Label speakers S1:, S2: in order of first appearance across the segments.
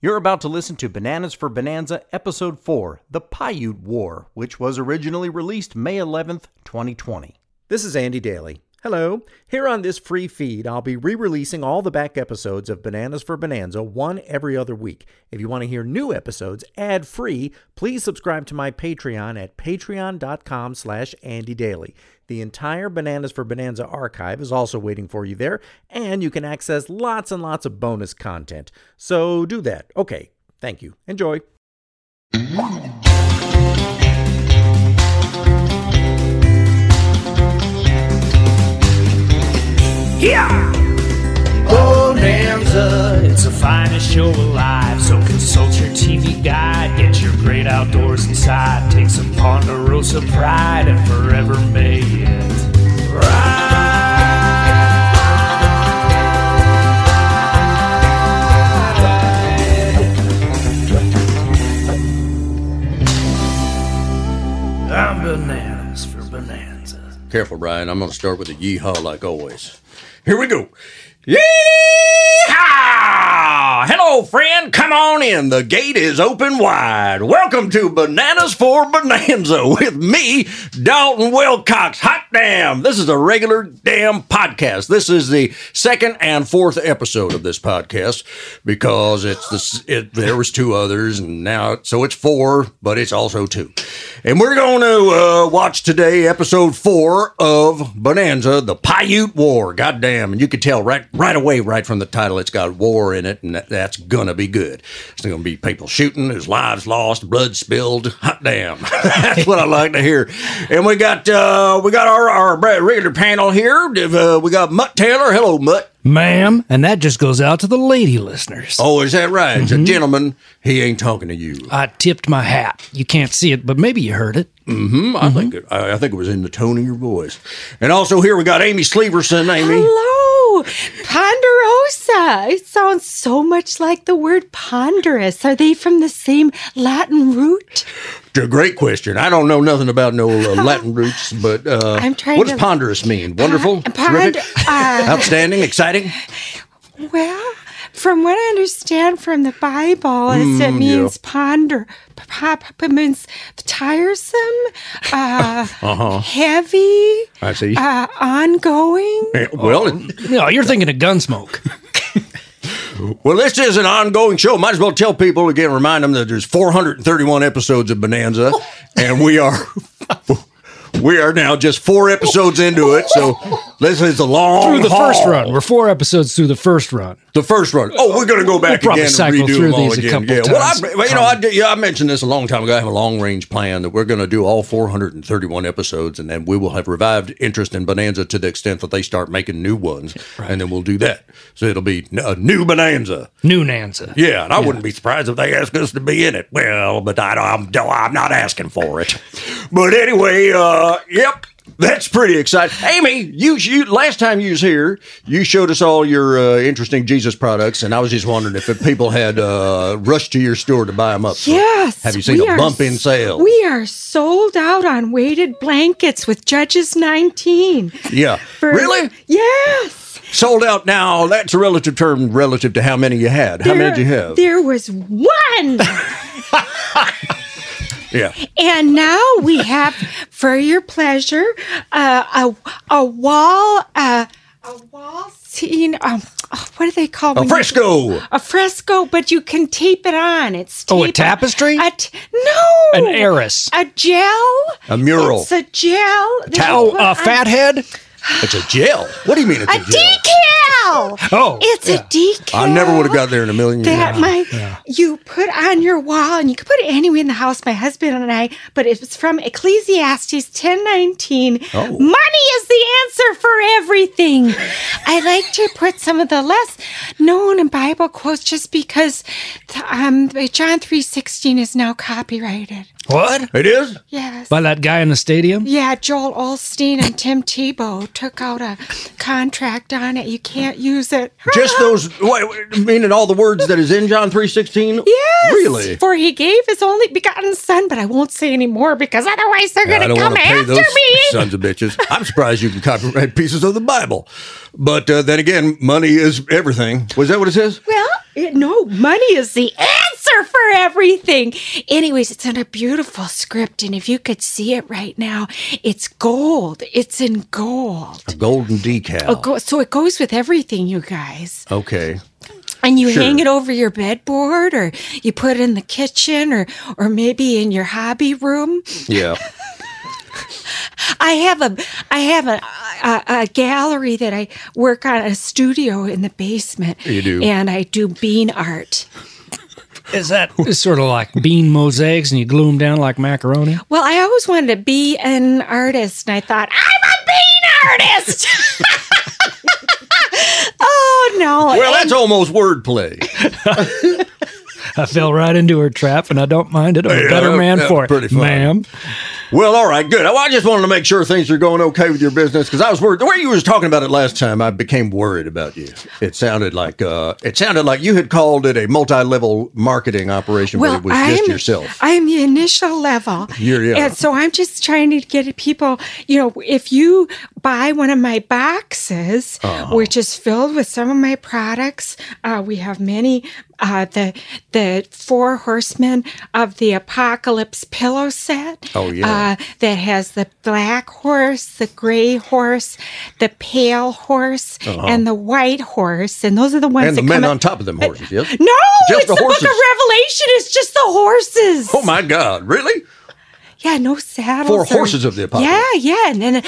S1: You're about to listen to Bananas for Bonanza, Episode 4 The Paiute War, which was originally released May 11th, 2020.
S2: This is Andy Daly. Hello. Here on this free feed, I'll be re releasing all the back episodes of Bananas for Bonanza, one every other week. If you want to hear new episodes ad free, please subscribe to my Patreon at patreon.com slash Andy Daly. The entire Bananas for Bonanza archive is also waiting for you there, and you can access lots and lots of bonus content. So do that. Okay. Thank you. Enjoy.
S3: Yeah! Bonanza, it's the finest show alive. So consult your TV guide, get your great outdoors inside. Take some Ponderosa pride and forever may it ride. I'm bananas for bonanza.
S4: Careful, Ryan. I'm going to start with a yeehaw like always. Here we go. Yeehaw! Hello, friend. Come on in. The gate is open wide. Welcome to Bananas for Bonanza with me, Dalton Wilcox. Hot damn. This is a regular damn podcast. This is the second and fourth episode of this podcast because it's the s- it, there was two others and now so it's four, but it's also two. And we're going to uh, watch today episode four of Bonanza, the Paiute War. Goddamn. And you could tell right right away, right from the title, it's got war in it, and that, that's going to be good. It's going to be people shooting, there's lives lost, blood spilled. Hot damn. that's what I like to hear. And we got uh, we got our, our regular panel here. Uh, we got Mutt Taylor. Hello, Mutt.
S3: ma'am, and that just goes out to the lady listeners.
S4: Oh, is that right? It's a gentleman. He ain't talking to you.
S3: I tipped my hat. You can't see it, but maybe you heard it.
S4: Hmm, I think it, I, I think it was in the tone of your voice. And also here we got Amy Sleverson. Amy,
S5: Hello, ponderosa. It sounds so much like the word ponderous. Are they from the same Latin root?
S4: It's a great question. I don't know nothing about no uh, Latin roots, but uh,
S5: I'm trying
S4: what does
S5: to-
S4: ponderous mean? Wonderful,
S5: Pon-
S4: terrific,
S5: uh,
S4: outstanding, exciting.
S5: well, from what I understand from the Bible, is
S4: Hmm,
S5: it means ponder, pop means tiresome, uh, heavy,
S4: Uh-huh. I see.
S5: uh, ongoing.
S4: Eh, well,
S5: Oh.
S4: it-
S3: No, you're thinking of Gunsmoke.
S4: well, this is an ongoing show. Might as well tell people again, remind them that there's 431 episodes of Bonanza, and we are. We are now just four episodes into it, so this is a long
S3: Through the first
S4: haul.
S3: run. We're four episodes through the first run.
S4: The first run. Oh, we're gonna go back
S3: We'll probably
S4: again and
S3: cycle
S4: redo
S3: through
S4: them all
S3: these a
S4: again.
S3: couple
S4: yeah. Well, I,
S3: times.
S4: well, you know, I, did- yeah, I mentioned this a long time ago. I have a long range plan that we're gonna do all 431 episodes, and then we will have revived interest in Bonanza to the extent that they start making new ones, and then we'll do that. So it'll be n- a new Bonanza.
S3: New Nanza.
S4: Yeah, and I wouldn't be surprised if they asked us to be in it. Well, but I, I'm I'm not asking for it. But anyway, uh, yep, that's pretty exciting. Amy, you you last time you was here, you showed us all your uh, interesting Jesus products, and I was just wondering if people had uh, rushed to your store to buy them up.
S5: Yes.
S4: Have you seen
S5: we
S4: a
S5: are
S4: bump in
S5: s-
S4: sales?
S5: We are sold out on weighted blankets with Judges 19.
S4: yeah.
S5: For-
S4: really?
S5: Yes.
S4: Sold out now. That's a relative term relative to how many you had. how many
S5: There-
S4: did you have?
S5: There was one.
S4: yeah.
S5: and now we have, for your pleasure, uh, a, a wall, uh, a wall scene. Um, oh, what do they call
S4: A
S5: when you-
S4: fresco.
S5: A fresco, but you can tape it on. It's
S3: Oh, a
S5: tape-
S3: tapestry?
S5: A t- no,
S3: An heiress.
S5: A gel.
S4: A mural.
S5: It's a gel. that you
S3: Oh,
S5: put
S3: a
S5: on-
S3: fathead?
S4: It's a gel. What do you mean it's
S5: A
S4: a, gel?
S5: decal.
S3: Oh,
S5: it's a decal.
S4: I never would have got there in a million years.
S5: that my you put on your wall and you can put it anywhere in the house my husband and i but it was from ecclesiastes 1019
S4: Oh.
S5: money is the answer for everything i like to put some of the less known and bible quotes just because th- um, john 316 is now copyrighted
S3: What?
S4: It is?
S5: yes
S3: By that guy in the stadium?
S5: yeah, Joel Olstein and Tim Tebow took out a contract on it. You can't use it.
S4: Just those, wait, wait, meaning all the words that is in John 3.16?
S5: Yes.
S4: Really?
S5: For he gave his only begotten son, but I won't say any more because otherwise they're
S4: I
S5: going
S4: don't
S5: to
S4: want
S5: come
S4: to pay
S5: after
S4: those
S5: me.
S4: sons of bitches. I'm surprised you can copyright pieces of the Bible. But uh, then again, money is everything. Was that what it says?
S5: Well, it, no, money is the answer for everything. Anyways, it's in a beautiful script, and if you could see it right now, it's gold. It's in gold.
S4: Golden decal.
S5: It go- so it goes with everything, you guys.
S4: okay.
S5: And you hang
S4: Sure.
S5: it over your bedboard, or you put it in the kitchen, or or maybe in your hobby room.
S4: Yeah.
S5: I have a I have a, a, a gallery that I work on a studio in the basement.
S4: You do.
S5: and I do bean art.
S3: Is that it's sort of like bean mosaics and you glue them down like macaroni?
S5: Well, I always wanted to be an artist, and I thought, I'm a bean artist. oh, no.
S4: Well, that's almost wordplay.
S3: I fell right into her trap and I don't mind it. I'm a better
S4: that-
S3: man
S4: that's
S3: for it.
S4: pretty funny.
S3: Ma'am.
S4: Well, all right, good. Well, I just wanted to make sure things are going okay with your business because I was worried. The way you was talking about it last time, I became worried about you. It sounded like uh, it sounded like you had called it a multi-level marketing operation,
S5: well,
S4: but it was just yourself.
S5: I'm the initial level.
S4: You're- yeah.
S5: And so I'm just trying to get people, you know, if you buy one of my boxes,
S4: Uh-huh.
S5: which is filled with some of my products, uh, we have many. Uh, the the four horsemen of the apocalypse pillow set.
S4: Oh, yeah.
S5: uh, that has the black horse, the gray horse, the pale horse, and the white horse, and those are the ones
S4: Uh-huh. and
S5: that
S4: the men
S5: come
S4: on top of them horses. Yes.
S5: no,
S4: Just
S5: it's
S4: the
S5: the, book of
S4: horses.
S5: Revelation. It's just the horses.
S4: Oh my God! Really?
S5: Yeah, no saddles.
S4: Four horses of the apocalypse.
S5: Yeah, yeah. And then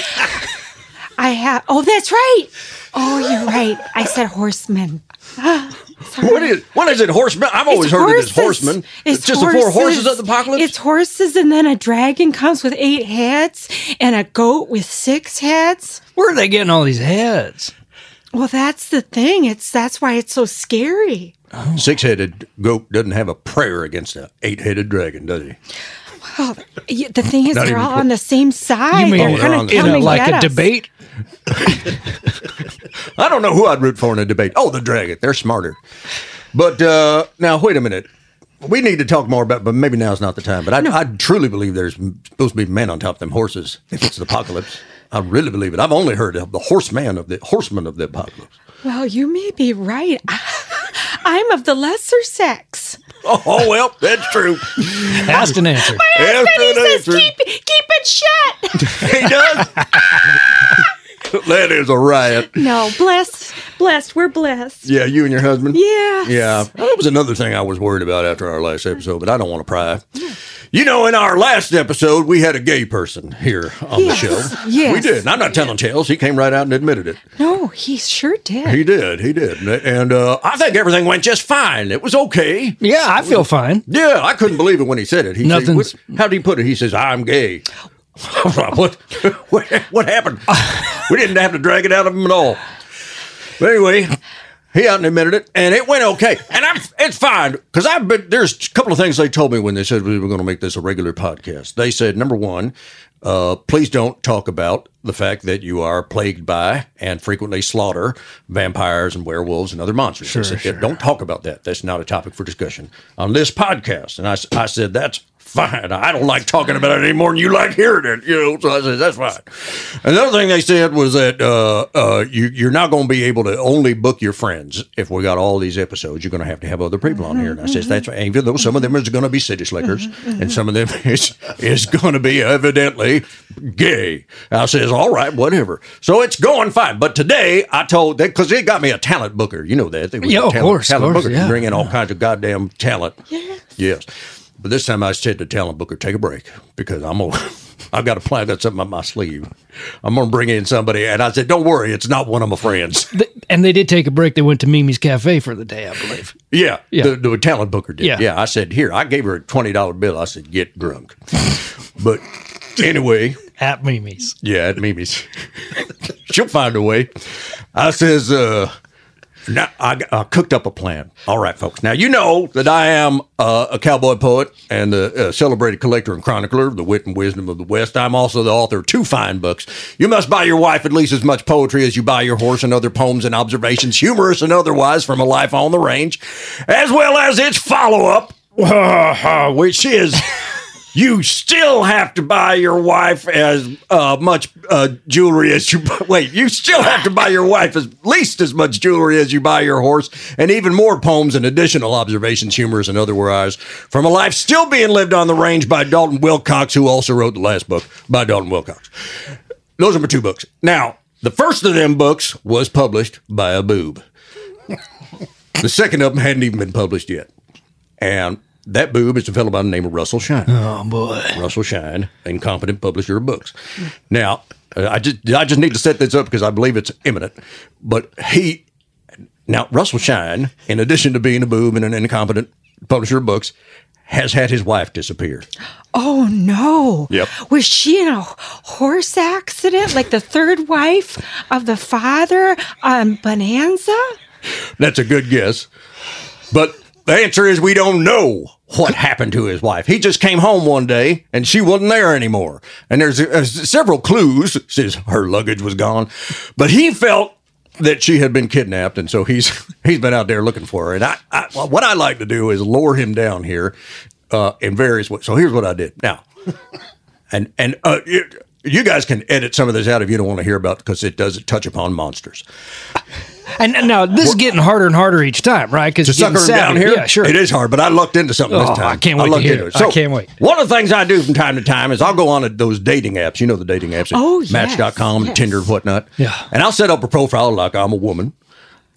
S5: I have, oh, that's right. Oh, you're right. I said horsemen.
S4: What is? What is it? Horseman? I've always Oh, heard it as
S5: horses.
S4: horseman.
S5: It's
S4: just the four horses of the apocalypse.
S5: It's horses, and then a dragon comes with eight heads, and a goat with six heads.
S3: Where are they getting all these heads?
S5: Well, that's the thing. It's that's why it's so scary.
S4: Six-headed goat doesn't have a prayer against an eight-headed dragon, does he?
S5: Oh, y- the thing is,
S4: Not
S5: they're
S4: even
S5: all on the same side.
S4: they're
S5: they're
S4: on
S5: going
S4: the
S5: to come
S4: same-
S5: and
S3: like
S5: get
S3: a
S5: us.
S3: debate?
S4: I don't know who I'd root for in a debate. Oh, the dragon. They're smarter. But uh, now, wait a minute. We need to talk more about, but maybe now's not the time. But I, I truly believe there's supposed to be men on top of them horses if it's the apocalypse. I really believe it. I've only heard of the horseman of the horseman of the apocalypse.
S5: Well, you may be right. I'm of the lesser sex.
S4: Oh, oh, well, that's true.
S3: Asked an answer.
S4: Yes,
S5: But he
S4: that
S5: says,
S4: is true.
S5: keep, keep it shut.
S4: He does. that is a riot.
S5: no, blessed, blessed. We're blessed.
S4: Yeah, you and your husband.
S5: Yes.
S4: Yeah, that was another thing I was worried about after our last episode, but I don't want to pry. You know, in our last episode, we had a gay person here on
S5: Yes,
S4: the show.
S5: yes.
S4: we did. And I'm not telling tales. He came right out and admitted it.
S5: No, he sure did.
S4: He did. He did. And uh, I think everything went just fine. It was okay.
S3: Yeah, I feel fine.
S4: Yeah, I couldn't believe it when he said it. He said,
S3: Nothing's-
S4: "What- How do you put it? He says, "I'm gay." what, what? What happened? we didn't have to drag it out of him at all. But anyway, he out and admitted it, and it went okay. And I'm it's fine because I've been there's a couple of things they told me when they said we were going to make this a regular podcast. They said number one, uh, please don't talk about the fact that you are plagued by and frequently slaughter vampires and werewolves and other monsters. They said, Don't talk about that. That's not a topic for discussion on this podcast. And I, s- I said that's fine. I don't like talking about it any more than you like hearing it. You know, so I said that's fine. Another thing they said was that uh, uh, you, you're not going to be able to only book your friends if we got all these episodes. You're going to have to have other people on here. And I says that's right. even though some of them is going to be city slickers and some of them is is going to be evidently gay. I says all right, whatever. So it's going fine. But today I told that because they got me a talent booker. You know that they was
S3: Yeah,
S4: a
S3: of
S4: talent,
S3: course, of
S4: talent
S3: course,
S4: booker
S3: yeah.
S4: bring in all kinds of goddamn talent. Yes. But this time I said to Talent Booker, take a break because I'm gonna I've got a plan that's up on my sleeve. I'm gonna bring in somebody and I said, Don't worry, it's not one of my friends.
S3: Th- and they did take a break. They went to Mimi's Cafe for the day, I believe.
S4: Yeah.
S3: Yeah.
S4: The, the talent booker did. Yeah.
S3: Yeah.
S4: I said, Here, I gave her a twenty dollar bill. I said, Get drunk. but anyway,
S3: At Mimi's.
S4: Yeah, at Mimi's. She'll find a way. I says, uh, now I, I cooked up a plan. All right, folks. Now you know that I am uh, a cowboy poet and a, a celebrated collector and chronicler of the wit and wisdom of the West. I'm also the author of two fine books. You must buy your wife at least as much poetry as you buy your horse and other poems and observations, humorous and otherwise, from a life on the range, as well as its follow-up. which is you still have to buy your wife as uh, much uh, jewelry as you bu- wait. You still have to buy your wife as least as much jewelry as you buy your horse, and even more poems and additional observations, humors, and otherwise from a life still being lived on the range by Dalton Wilcox, who also wrote the last book by Dalton Wilcox. Those are my two books. Now, the first of them books was published by a boob. the second of them hadn't even been published yet. And that boob is a fellow by the name of Russell Shine. Oh boy, Russell Shine, incompetent publisher of books. Now, uh, I just I just need to set this up because I believe it's imminent. But he now Russell Shine, in addition to being a boob and an incompetent publisher of books, has had his wife disappear.
S5: Oh no.
S4: Yep.
S5: Was she in a h- horse accident like the third wife of the father on Bonanza?
S4: That's a good guess. But the answer is we don't know what happened to his wife. He just came home one day and she wasn't there anymore. And there's uh, several clues says her luggage was gone, but he felt that she had been kidnapped and so he's he's been out there looking for her. And I, I what I like to do is lure him down here uh, in various ways. So here's what I did. Now, and and uh, you- you guys can edit some of this out if you don't want to hear about because it does touch upon monsters.
S6: And, and now this is getting harder and harder each time, right? Because
S4: to sucker him down here.
S6: Yeah, sure.
S4: It is hard, but I lucked into something
S6: Oh,
S4: this time.
S6: I can't wait to
S4: lucked
S6: hear
S4: into
S6: it. I can't wait.
S4: One of the things I do from time to time is I'll go on to those dating apps. You know the dating apps,
S5: Oh, yes,
S4: Match.com, and
S5: yes.
S4: Tinder, and whatnot.
S6: Yeah.
S4: And I'll set up a profile like I'm a woman,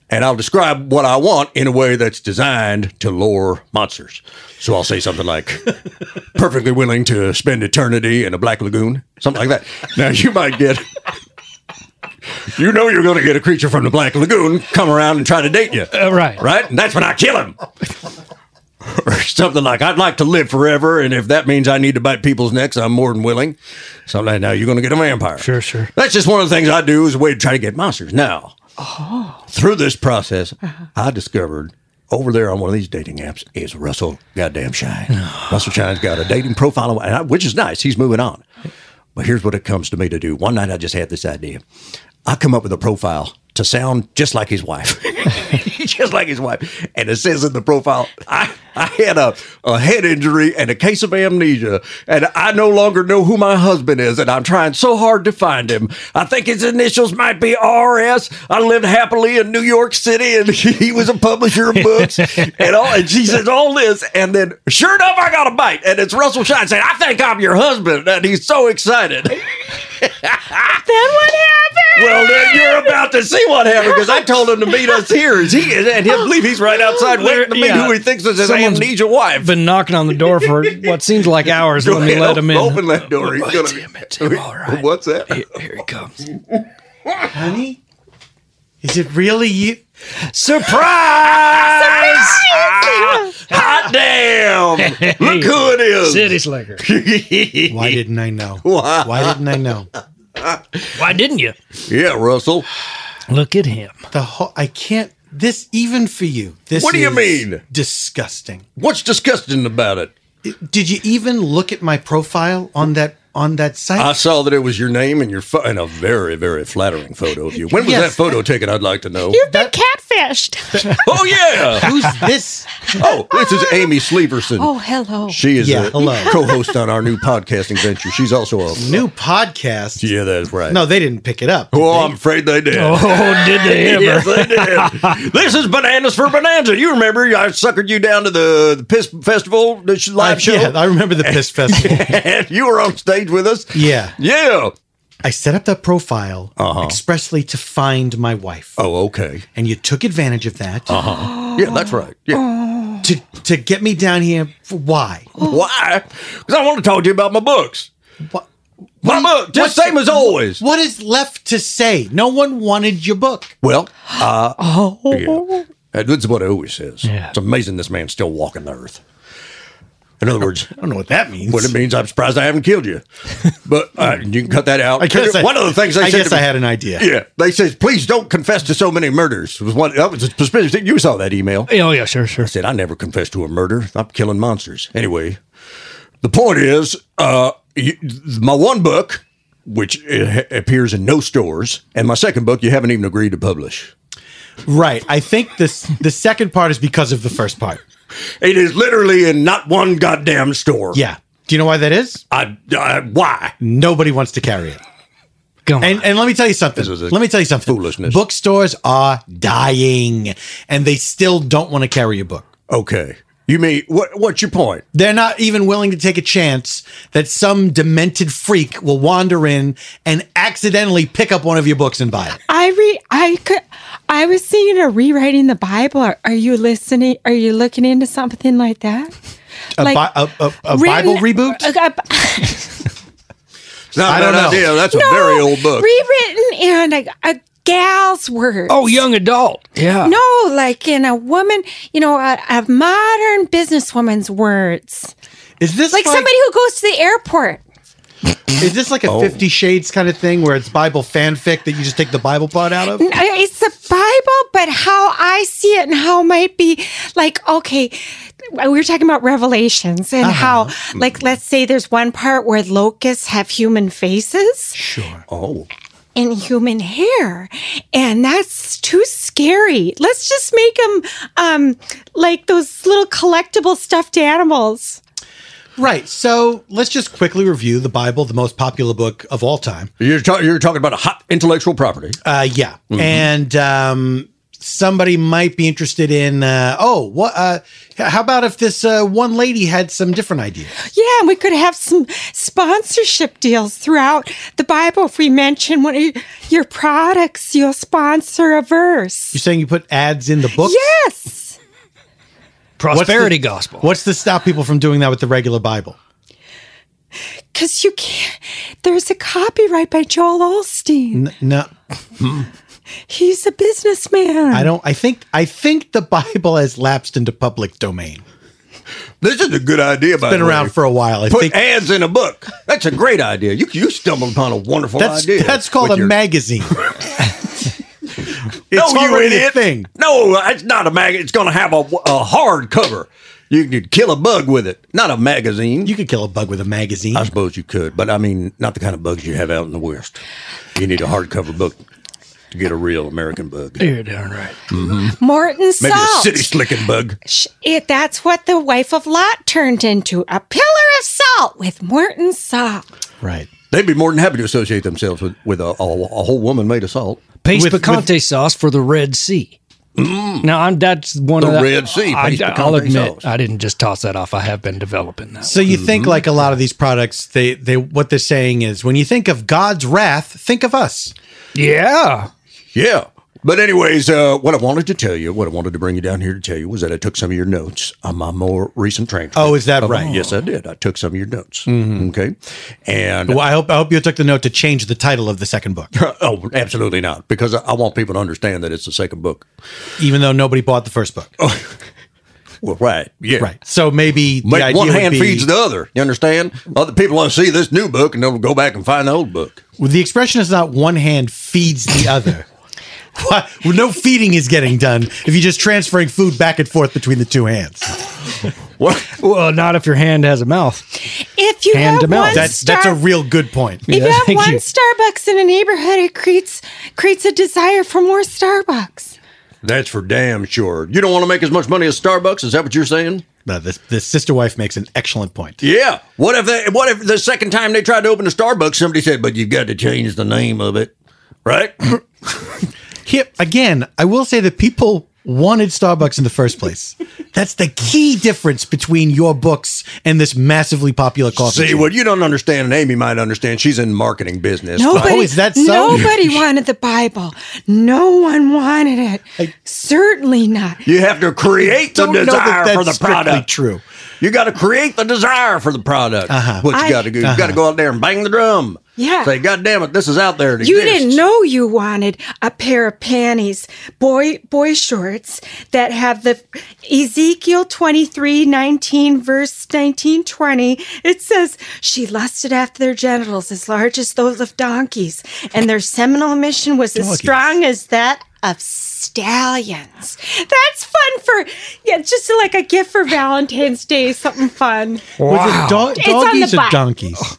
S4: and I'll describe what I want in a way that's designed to lure monsters. So I'll say something like, "Perfectly willing to spend eternity in a black lagoon," something like that. Now you might get. You know you're going to get a creature from the Black Lagoon come around and try to date you
S6: Uh, right.
S4: right? And that's when I kill him. or something like, I'd like to live forever, and if that means I need to bite people's necks, I'm more than willing. So like, now you're going to get a vampire.
S6: Sure, sure.
S4: That's just one of the things I do is a way to try to get monsters. Now, through this process, I discovered over there on one of these dating apps is Russell Goddamn Shine. Russell Shine's got a dating profile, and I- which is nice. He's moving on. But here's what it comes to me to do. One night I just had this idea. I come up with a profile to sound just like his wife. just like his wife. And it says in the profile, I, I had a, a head injury and a case of amnesia, and I no longer know who my husband is, and I'm trying so hard to find him. I think his initials might be RS. I lived happily in New York City, and he was a publisher of books, and all. And she says all this, and then sure enough, I got a bite, and it's Russell Shine saying, "I think I'm your husband," and he's so excited.
S5: Then what happened?
S4: Well, then you're about to see what happened because I told him to meet us here. Is he and he'll believe he's right outside waiting to meet
S6: Yeah.
S4: who he thinks is his
S6: Someone's
S4: amnesia wife.
S6: Been knocking on the door for what seems like hours
S4: Go
S6: when we
S4: ahead,
S6: let him in.
S4: Open that door. He's gonna be-
S6: Damn it. All right.
S4: What's that?
S6: Here, here he comes.
S2: Honey, is it really you?
S4: Surprise! Ah, hot damn! Look who it is.
S6: City slicker.
S2: Why didn't I know?
S4: Why?
S2: Why didn't I know?
S6: Why didn't you?
S4: Yeah, Russell.
S6: Look at him.
S2: The whole I can't. This even for you. This
S4: What do you
S2: is
S4: mean?
S2: Disgusting.
S4: What's disgusting about it?
S2: Did you even look at my profile on that on that site?
S4: I saw that it was your name and your pho- and a very very flattering photo of you. When was
S2: Yes.
S4: that photo taken? I'd like to know.
S5: You've been catfished.
S4: Oh yeah.
S2: Who's this?
S4: Oh, this is Amy Sleverson.
S5: oh, hello.
S4: She is
S2: Yeah,
S4: a
S2: hello.
S4: co-host on our new podcasting venture. She's also a
S2: New podcast.
S4: yeah, that's right.
S2: No, they didn't pick it up.
S4: Oh, I'm afraid they did.
S6: Oh, did they ever?
S4: Yes, they did. this is bananas for bonanza. You remember I suckered you down to the, the piss festival, the sh- live
S2: I,
S4: show,
S2: yeah, I remember the piss festival.
S4: and you were on stage with us.
S2: yeah,
S4: Yeah.
S2: I set up that profile expressly to find my wife,
S4: Uh-huh. Oh, Uh-huh. okay.
S2: and you took advantage of that
S4: Yeah, that's right. Yeah.
S2: to to get me down here. For why?
S4: Why? Because I want to talk to you about my books.
S2: What?
S4: My book, just same as always.
S2: What is left to say? No one wanted your book.
S4: Well, uh,
S2: Oh.
S4: yeah. that's what it always says. It's amazing this man's still walking the earth. In other words,
S2: I don't know what that means.
S4: Well, it means I'm surprised I haven't killed you. But uh, you can cut that out.
S2: I guess I-
S4: one of the things they
S2: I
S4: said
S2: guess
S4: to me-
S2: I had an idea.
S4: Yeah, they says please don't confess to so many murders. Was one that was a suspicious thing. You saw that email. I
S6: Oh, yeah, sure, sure.
S4: said I never confessed to a murder. I'm killing monsters anyway. The point is, uh, you, my one book, which uh, appears in no stores, and my second book, you haven't even agreed to publish.
S2: Right. I think this the second part is because of the first part.
S4: It is literally in not one goddamn store.
S7: Yeah. Do you know why that is?
S4: I, I, why?
S7: Nobody wants to carry it.
S6: Go on.
S7: And, and let me tell you something.
S4: This was a
S7: Let me tell you something.
S4: foolishness.
S7: Bookstores are dying, and they still don't want to carry a book.
S4: Okay. You mean what? What's your point?
S7: They're not even willing to take a chance that some demented freak will wander in and accidentally pick up one of your books and buy it.
S5: I re I could I was thinking of rewriting the Bible. Are, are you listening? Are you looking into something like that?
S7: A, bi- a, a, a Bible
S5: written-
S7: reboot?
S5: uh, a- a-
S4: It's not
S7: I
S4: a
S7: don't
S4: bad
S7: know.
S4: idea. That's
S5: no,
S4: a very old book.
S5: Rewritten and a, a gal's word.
S6: oh, young adult. Yeah.
S5: No, like in a woman, you know, a, a modern businesswoman's words.
S7: Is this
S5: Like somebody who goes to the airport.
S7: Is this like a
S6: Oh.
S7: Fifty Shades kind of thing where it's Bible fanfic that you just take the Bible part out of?
S5: N- It's the Bible, but how I see it and how it might be like, okay, we were talking about revelations and how, like, let's say there's one part where locusts have human faces.
S4: Oh,
S5: and human hair. And that's too scary. Let's just make them um, like those little collectible stuffed animals.
S7: Right. So let's just quickly review the Bible, the most popular book of all time.
S4: you're ta- you're talking about hot intellectual property.
S7: Uh, yeah,
S6: Mm-hmm.
S7: and um, somebody might be interested in. Uh, oh, what? Uh, h- how about if this uh, one lady had some different idea?
S5: Yeah, and we could have some sponsorship deals throughout the Bible. If we mention one of y- your products, you'll sponsor a
S7: You're
S5: verse.
S7: saying you put ads in the book?
S5: Yes.
S6: Prosperity gospel.
S7: What's to stop people from doing that with the regular Bible?
S5: Because you can't, there's a copyright by Joel Olstein.
S7: N- No,
S5: He's a businessman.
S7: I don't. I think I think the Bible has lapsed into public domain.
S4: This is a good idea. By
S7: Been
S4: the way.
S7: around for a while. I
S4: Put
S7: think
S4: ads in a book. That's a great idea. You you stumbled upon a wonderful
S7: that's
S4: idea.
S7: that's called
S4: with
S7: a
S4: your-
S7: magazine.
S4: No,
S7: it's
S4: you
S7: already a
S4: idiot.
S7: thing.
S4: No, it's not a mag. It's going to have a, a hard cover. You could kill a bug with it. Not a magazine.
S7: You could kill a bug with a magazine.
S4: I suppose you could, but I mean, not the kind of bugs you have out in the West. You need a hardcover book to get a real American bug.
S6: You're darn right.
S5: Morton
S4: Maybe a
S5: Salt.
S4: city slicking bug.
S5: Sh- It, that's what the wife of Lot turned into a pillar of salt with Morton salt.
S7: right.
S4: They'd be more than happy to associate themselves with, with a, a, a whole woman made of salt.
S6: Paste
S7: With-
S6: picante sauce for the Red Sea. Now I'm that's one
S4: Mm. The
S6: of the
S4: Red Sea,
S6: I,
S4: paste
S6: I'll
S4: picante
S6: admit
S4: sauce.
S6: I didn't just toss that off. I have been developing that.
S7: So you think like a lot of these products, they they what they're saying is when you think of God's wrath, think of us.
S6: yeah,
S4: Yeah. But anyways, uh, what I wanted to tell you, what I wanted to bring you down here to tell you was that I took some of your notes on my more recent transcript. Uh-huh.
S7: Oh, is that right?
S4: Yes, I did. I took some of your notes. Okay. And
S7: Well, I hope I hope you took the note to change the title of the second book,
S4: oh, absolutely not, because I, I want people to understand that it's the second book.
S7: even though nobody bought the first book.
S4: Well, right. Yeah.
S7: Right. So maybe the
S4: Make
S7: idea
S4: one
S7: would
S4: hand
S7: be-
S4: feeds the other. You understand? Other people want to see this new book and they'll go back and find the old book.
S7: the expression is not one hand feeds the other. What? Well, no feeding is getting done if you're just transferring food back and forth between the two hands.
S4: What?
S6: well, not if your hand has a mouth.
S5: If you
S6: Hand to
S5: have
S6: mouth.
S5: one
S7: That's
S5: Star-
S7: that's a real good point.
S5: If
S6: Yeah,
S5: you have
S6: thank
S5: one
S6: you.
S5: Starbucks in a neighborhood, it creates creates a desire for more Starbucks.
S4: That's for damn sure. You don't want to make as much money as Starbucks? Is that what you're saying?
S7: No, this, this sister wife makes an excellent point.
S4: Yeah. What if they, what if the second time they tried to open a Starbucks, somebody said, "But you've got to change the name of it," right?
S7: Here, again, I will say that people wanted Starbucks in the first place. That's the key difference between your books and this massively popular coffee.
S4: See
S7: chain.
S4: what you don't understand, and Amy might understand. She's in marketing business.
S5: Nobody,
S7: Oh, is that so?
S5: Nobody wanted the Bible. No one wanted it. Certainly not.
S4: You have to create the
S7: Don't know that
S4: desire
S7: that's
S4: for the
S7: strictly
S4: product.
S7: True.
S4: You got to create the desire for the product. Uh-huh. What you
S5: I-
S4: got to do? You got to go out there and bang the drum.
S5: Yeah.
S4: Say, God damn it, this is out there. It
S5: You
S4: exists."
S5: didn't know you wanted a pair of panties, boy boy shorts that have the Ezekiel 23, 19, verse 19, 20. It says, She lusted after their genitals as large as those of donkeys, and their seminal mission was as strong as that of stallions. That's fun for, yeah, just like a gift
S7: Oh,
S5: for Valentine's Day, something fun.
S7: Was it do-
S5: on
S7: doggies
S5: the
S7: or
S5: butt.
S7: donkeys?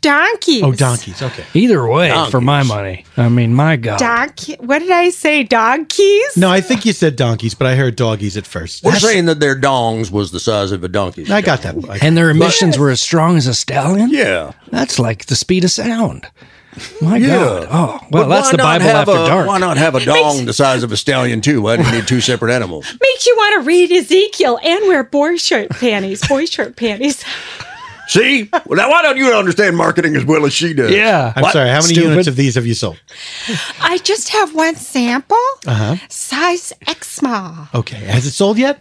S5: donkeys.
S7: Oh, donkeys. Okay.
S6: Either way, for my money. I mean, my God.
S5: Donkey. What did I say? Donkeys?
S7: No, I think you said donkeys, but I heard doggies at first.
S4: We're saying that their dongs was the size of a donkey's.
S7: I got that. I-
S6: and their emissions were as strong as a stallion?
S4: Yeah.
S6: That's like the speed of sound. My God. Oh, well,
S4: But
S6: that's
S4: why
S6: the
S4: not
S6: Bible
S4: have
S6: after
S4: a-
S6: dark.
S4: Why not have a dong the size of a stallion too? Why do you need two separate animals?
S5: Makes you want to read Ezekiel and wear boy short panties. Boy short panties.
S4: See, well, now, why don't you understand marketing as well as she does?
S6: Yeah.
S7: I'm sorry. How many
S6: Stupid.
S7: units of these have you sold?
S5: I just have one sample. Uh-huh. Size X small.
S7: Okay. Has it sold yet?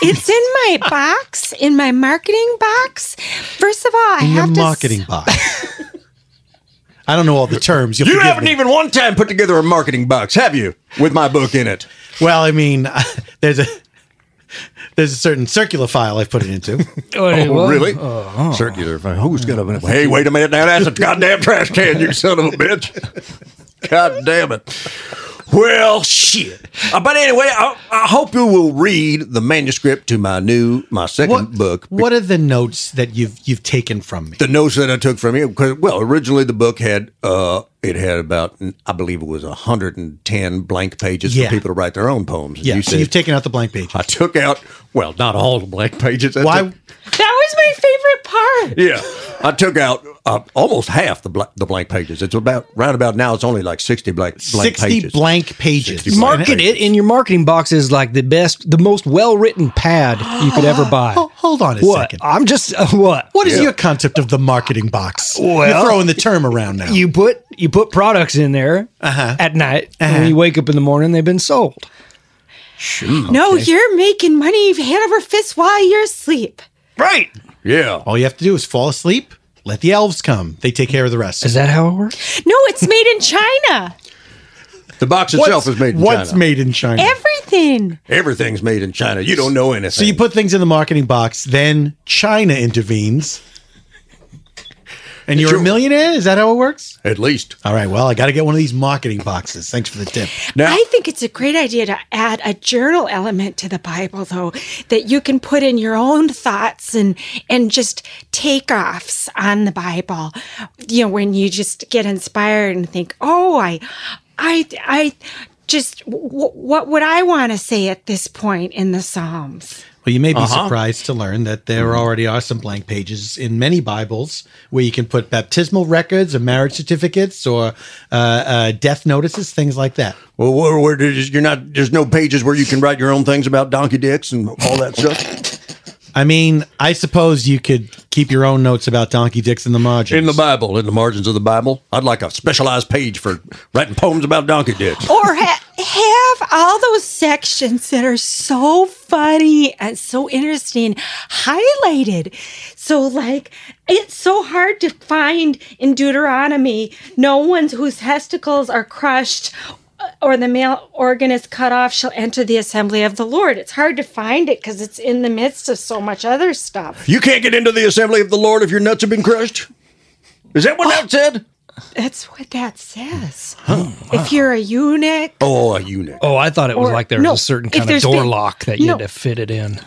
S5: It's in my box, in my marketing box. First of all, I
S7: In your
S5: have to s-
S7: marketing box. I don't know all the terms. You'll
S4: You
S7: forgive
S4: haven't
S7: me.
S4: even one time put together a marketing box, have you? With my book in it.
S7: Well, I mean, there's a there's a certain circular file I've put it into.
S6: Oh,
S4: Oh, really?
S7: Uh-huh.
S4: Circular. fine. Who's got a Hey, wait a minute now. That's a goddamn trash can, you son of a bitch. God damn it. Well, shit. Uh, but anyway, I, I hope you will read the manuscript to my new, my second book.
S7: What are the notes that you've you've taken from me?
S4: the notes that I took from you, because well, originally the book had uh, it had about I believe it was hundred and ten blank pages
S7: Yeah.
S4: for people to write their own poems. And
S7: yeah,
S4: you
S7: so
S4: said,
S7: you've taken out the blank page.
S4: I took out well, not all the blank pages. I
S7: Why?
S4: took-
S5: That was my favorite part.
S4: yeah, I took out uh, almost half the bl- the blank pages. It's about round about now. It's only like sixty blank blank
S7: Sixty
S4: pages.
S7: blank pages.
S4: 60 blank
S6: Market it in your marketing box is like the best, the most well written pad you could ever buy.
S4: Oh,
S7: Ho- hold on a
S6: What?
S7: second.
S6: I'm just, uh, what?
S7: What is your concept of the marketing box?
S6: Well-
S7: You're throwing the term around now.
S6: You put you put products in there at night, and when you wake up in the morning, they've been sold.
S5: No, you're making money hand over fist while you're asleep.
S6: Right?
S4: Yeah,
S7: All you have to do is fall asleep. Let the elves come. They take care of the rest.
S6: Is that how it works?
S5: No, it's made in China.
S4: the box itself is made in
S7: what's
S4: China.
S7: made in China?
S5: Everything.
S4: Everything's made in China. You don't know anything.
S7: so you put things in the marketing box, then China intervenes, and you're
S4: Sure.
S7: a millionaire. Is that how it works?
S4: at least
S7: All right. Well, I got to get one of these marketing boxes. Thanks for the tip.
S4: now.
S5: I think it's a great idea to add a journal element to the Bible, though, that you can put in your own thoughts and and just takeoffs on the Bible. You know, when you just get inspired and think, "Oh, I, I, I." Just w- what would I want to say at this point in the Psalms?
S7: Well, you may be
S4: Uh-huh.
S7: surprised to learn that there already are some blank pages in many Bibles where you can put baptismal records or marriage certificates or uh, uh, death notices, things like that.
S4: Well, where, where there's, you're not. There's no pages where you can write your own things about donkey dicks and all that stuff
S7: I mean, I suppose you could keep your own notes about donkey dicks in the margins.
S4: in the Bible, in the margins of the Bible. I'd like a specialized page for writing poems about donkey dicks.
S5: or ha- have all those sections that are so funny and so interesting highlighted. So, like, it's so hard to find in Deuteronomy no one whose testicles are crushed uh, or the male organ is cut off shall enter the assembly of the Lord. It's hard to find it because it's in the midst of so much other stuff.
S4: You can't get into the assembly of the Lord if your nuts have been crushed. Is that what that said?
S5: That's what that says. If you're a eunuch,
S4: Oh, a eunuch.
S6: Oh, I thought it was
S5: Or-
S6: like there was
S5: no,
S6: a certain
S5: if
S6: kind of
S5: there's
S6: door
S5: been-
S6: lock that you had
S5: no.
S6: to fit it in.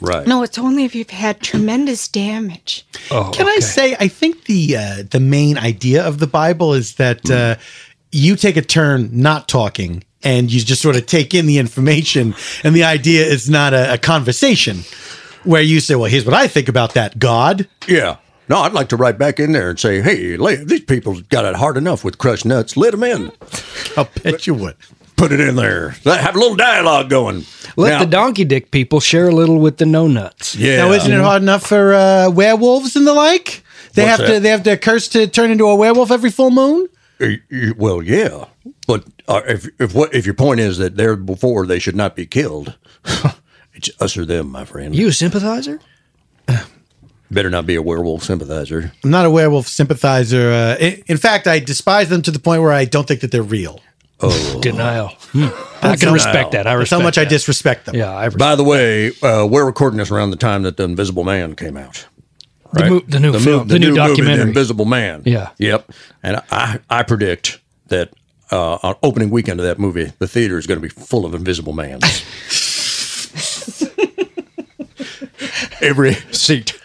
S4: Right.
S5: no, it's only if you've had tremendous damage.
S6: Oh,
S7: Can I
S6: okay.
S7: say? I think the uh, the main idea of the Bible is that uh, you take a turn not talking, and you just sort of take in the information. And the idea is not a, a conversation where you say, "Well, here's what I think about that God."
S4: Yeah. No, I'd like to write back in there and say, hey, la- these people got it hard enough with crushed nuts. Let them in.
S7: I'll bet you would.
S4: Put it in there. Let- Have a little dialogue going.
S6: Let
S4: Now-
S6: the donkey dick people share a little with the no nuts.
S4: Yeah.
S7: Now, isn't it hard enough for uh, werewolves and the like? They
S4: What's
S7: have
S4: that?
S7: to they have to curse to turn into a werewolf every full moon.
S4: Y- y- Well, yeah, but uh, if if what if your point is that they're before they should not be killed, it's us or them, my friend. You
S6: You a sympathizer?
S4: better not be a werewolf sympathizer.
S7: I'm not a werewolf sympathizer. Uh, in, in fact, I despise them to the point where I don't think that they're real.
S6: Denial. Hmm. I can
S7: how-
S6: respect that. I
S7: That's
S6: respect
S7: how much I
S6: that.
S7: disrespect them.
S6: Yeah, I respect
S4: By the way, uh, we're recording this around the time that the Invisible Man came out.
S6: the, mo- the new
S4: The,
S6: film,
S4: mo-
S6: the, new,
S4: movie,
S6: documentary.
S4: Invisible Man.
S6: Yeah.
S4: Yep. And I I predict that uh, on opening weekend of that movie, the theater is going to be full of Invisible Mans. Every seat.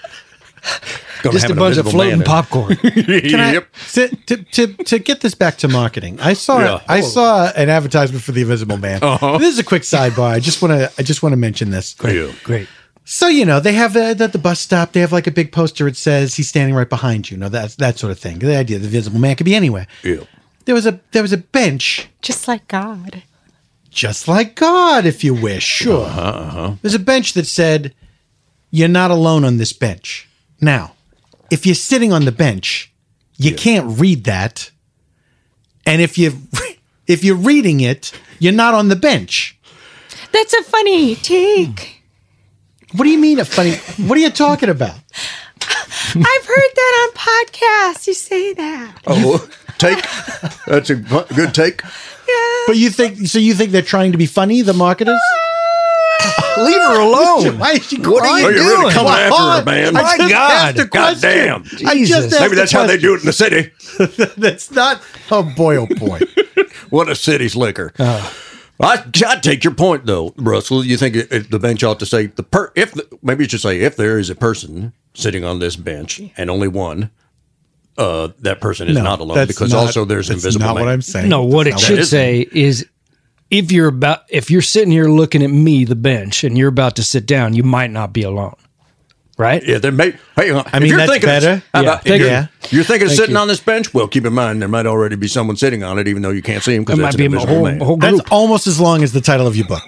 S6: Just a bunch of floating popcorn.
S7: Can I-
S4: yep.
S7: to, to, to, to get this back to marketing, I saw
S4: Yeah. Uh-huh.
S7: I saw an advertisement for the Invisible Man. This is a quick sidebar. I just want to I just want to mention this.
S4: Yeah.
S6: Great.
S7: So you know they have the, the the bus stop. They have like a big poster. It says he's standing right behind you. No, that's that sort of thing. The idea the Invisible Man could be anywhere.
S4: Yeah.
S7: There was a there was a bench
S5: Just like God.
S7: just like God, if you wish. Sure.
S4: Uh-huh,
S7: There's a bench that said, You're not alone on this bench. Now, if you're sitting on the bench, you can't read that. And if you if you're reading it, you're not on the bench.
S5: That's a funny take.
S7: What do you mean a funny what are you talking about?
S5: I've heard that on podcasts. You say that.
S4: Oh, take. That's a gu- good take.
S7: But you think so you think they're trying to be funny, the marketers?
S4: Leave her alone.
S7: Why is she
S4: What are you
S7: crying?
S4: doing? Really coming
S7: Why?
S4: after her, man.
S7: I just
S4: God.
S7: asked a
S4: God
S7: question.
S4: damn.
S7: I just asked
S4: Maybe that's
S7: a
S4: how they
S7: question.
S4: do it in the city.
S7: That's not oh boy oh boy.
S4: What a city slicker. I, I take your point though, Russell. You think it, it- the bench ought to say the per if the, maybe it should say if there is a person sitting on this bench and only one, uh, that person is
S7: No,
S4: not alone
S7: that's
S4: because
S7: not-
S4: also there's
S7: that's
S4: invisible.
S7: Not
S4: man.
S7: what I'm saying.
S6: No, what
S7: That's
S6: it
S7: not
S6: should
S4: is-
S6: say is if you're about if you're sitting here looking at me, the bench, and you're about to sit down, you might not be alone. Right?
S4: Yeah, there may. Hey, uh, I
S7: mean, that's better.
S4: How
S6: Yeah,
S4: about,
S6: thank
S4: you're,
S6: you.
S4: you're thinking of
S6: Thank
S4: sitting
S6: you.
S4: on this bench? Well, keep in mind there might already be someone sitting on it, even though you can't see him
S6: That
S4: because
S6: might be a
S4: invisible
S6: whole,
S4: man.
S6: whole
S7: That's
S6: group.
S7: almost as long as the title of your book.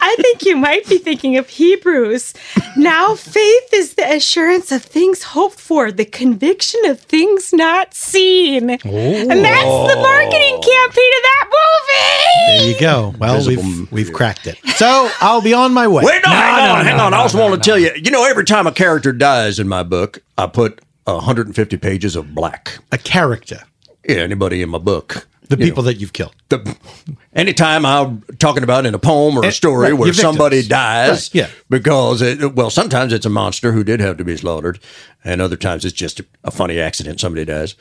S5: I think you might be thinking of Hebrews. Now, faith is the assurance of things hoped for, the conviction of things not seen. And that's the marketing campaign of that movie.
S7: There you go. Well, we've we've cracked it. So I'll be on my way.
S4: Wait, no, hang on, hang on. I also want to tell you, you know, every time a character dies in my book, I put 150 pages of black.
S7: A character,
S4: Yeah, anybody in my book.
S7: the people that you've killed.
S4: The, anytime I'm talking about in a poem or a
S7: And-
S4: story
S7: Eh, right,
S4: where
S7: your victims.
S4: somebody dies,
S7: Right, yeah.
S4: because it, well, sometimes it's a monster who did have to be slaughtered, and other times it's just a, a funny accident somebody dies,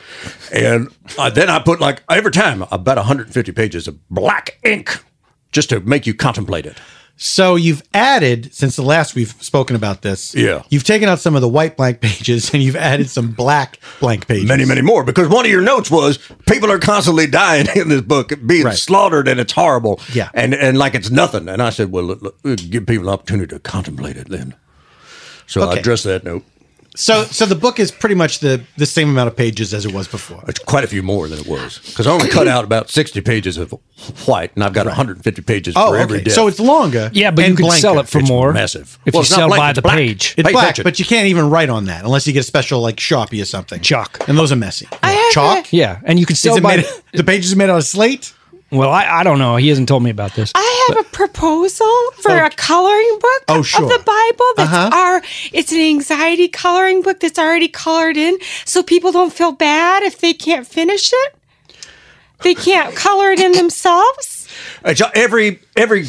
S4: and uh, then I put like every time about 150 pages of black ink just to make you contemplate it.
S7: So you've added since the last we've spoken about this.
S4: Yeah.
S7: you've taken out some of the white blank pages and you've added some black blank pages.
S4: many, many more. Because one of your notes was people are constantly dying in this book, being
S7: Right.
S4: slaughtered, and it's horrible.
S7: Yeah.
S4: and and like it's nothing. And I said, well, look, look, we'll give people an opportunity to contemplate it then. So I
S7: Okay.
S4: addressed that note.
S7: So so the book is pretty much the the same amount of pages as it was before.
S4: It's quite a few more than it was because I only cut out about sixty pages of white, and I've got 150 pages
S7: Oh,
S4: for every
S7: okay.
S4: day.
S7: So it's longer.
S6: yeah, but
S7: and
S6: you can
S7: blanker.
S6: sell it for
S4: It's
S6: more.
S4: massive.
S6: If you
S4: Well, it's not
S6: sell
S4: blank,
S6: by
S4: it's
S6: the
S4: black.
S6: page.
S7: It's
S4: Pay
S7: black,
S4: attention.
S7: but you can't even write on that unless you get a special like Sharpie or something.
S6: Chalk.
S7: and those are messy.
S5: have
S7: Chalk.
S6: yeah. And you can
S7: Is
S6: sell
S7: it
S6: by
S7: made, the pages are made out of slate.
S6: Well, I, I don't know. He hasn't told me about this.
S5: I have a proposal for
S7: Oh.
S5: a coloring book
S7: Oh,
S5: of
S7: sure.
S5: the Bible that's
S7: Uh-huh.
S5: our it's an anxiety coloring book that's already colored in so people don't feel bad if they can't finish it. They can't color it in themselves.
S4: It's a- every every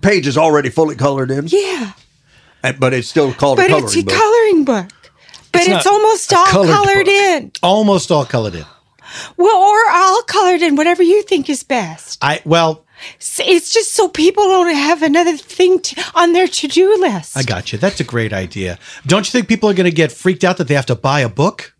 S4: page is already fully colored in,
S5: Yeah.
S4: and- but it's still called a
S5: But
S4: coloring
S5: it's a
S4: book.
S5: coloring book. But it's,
S6: not
S5: almost
S6: a
S5: all
S6: colored
S5: colored
S6: book.
S5: in.
S7: Almost all colored in.
S5: Well, or all colored in, whatever you think is best.
S7: I well,
S5: S- It's just so people don't have another thing to, on their to do list.
S7: I got you. That's a great idea. Don't you think people are going to get freaked out that they have to buy a book?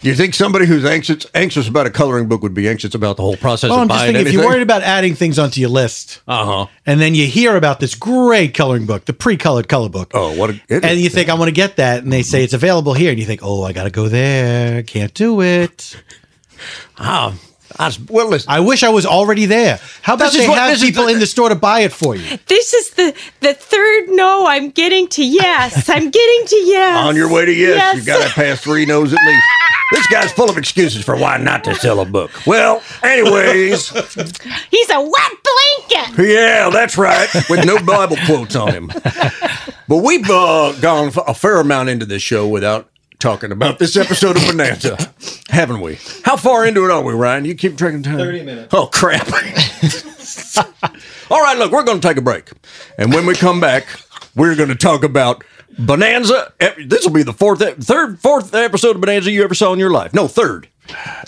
S4: Do you think somebody who's anxious anxious about a coloring book would be anxious about the whole process of
S7: Well, Oh, I'm just
S4: buying
S7: thinking if
S4: anything?
S7: you're worried about adding things onto your list,
S4: uh huh.
S7: and then you hear about this great coloring book, the pre-colored color book.
S4: Oh, what a, it
S7: And
S4: is.
S7: you think I want to get that, and they say it's available here, and you think, oh, I got to go there, can't do it.
S4: Ah, I s- well, listen.
S7: I wish I was already there. How about
S4: This is
S7: they
S4: what-
S7: have
S4: this is
S7: people
S4: the-
S7: in the store to buy it for you?
S5: This is the the third no I'm getting to yes. I'm getting to yes.
S4: on your way to yes, you
S5: Yes.
S4: got to pass three no's at least. This guy's full of excuses for why not to sell a book. Well, anyways,
S5: He's a wet blanket.
S4: yeah, that's right, with no Bible quotes on him. But we've uh, gone f- a fair amount into this show without talking about this episode of Bonanza, haven't we? How far into it are we, Ryan? You keep tracking time. 30 minutes. Oh, crap. All right, look, we're going to take a break. And when we come back, we're going to talk about Bonanza. Ep- This will be the fourth, ep- third, fourth episode of Bonanza you ever saw in your life. No, third.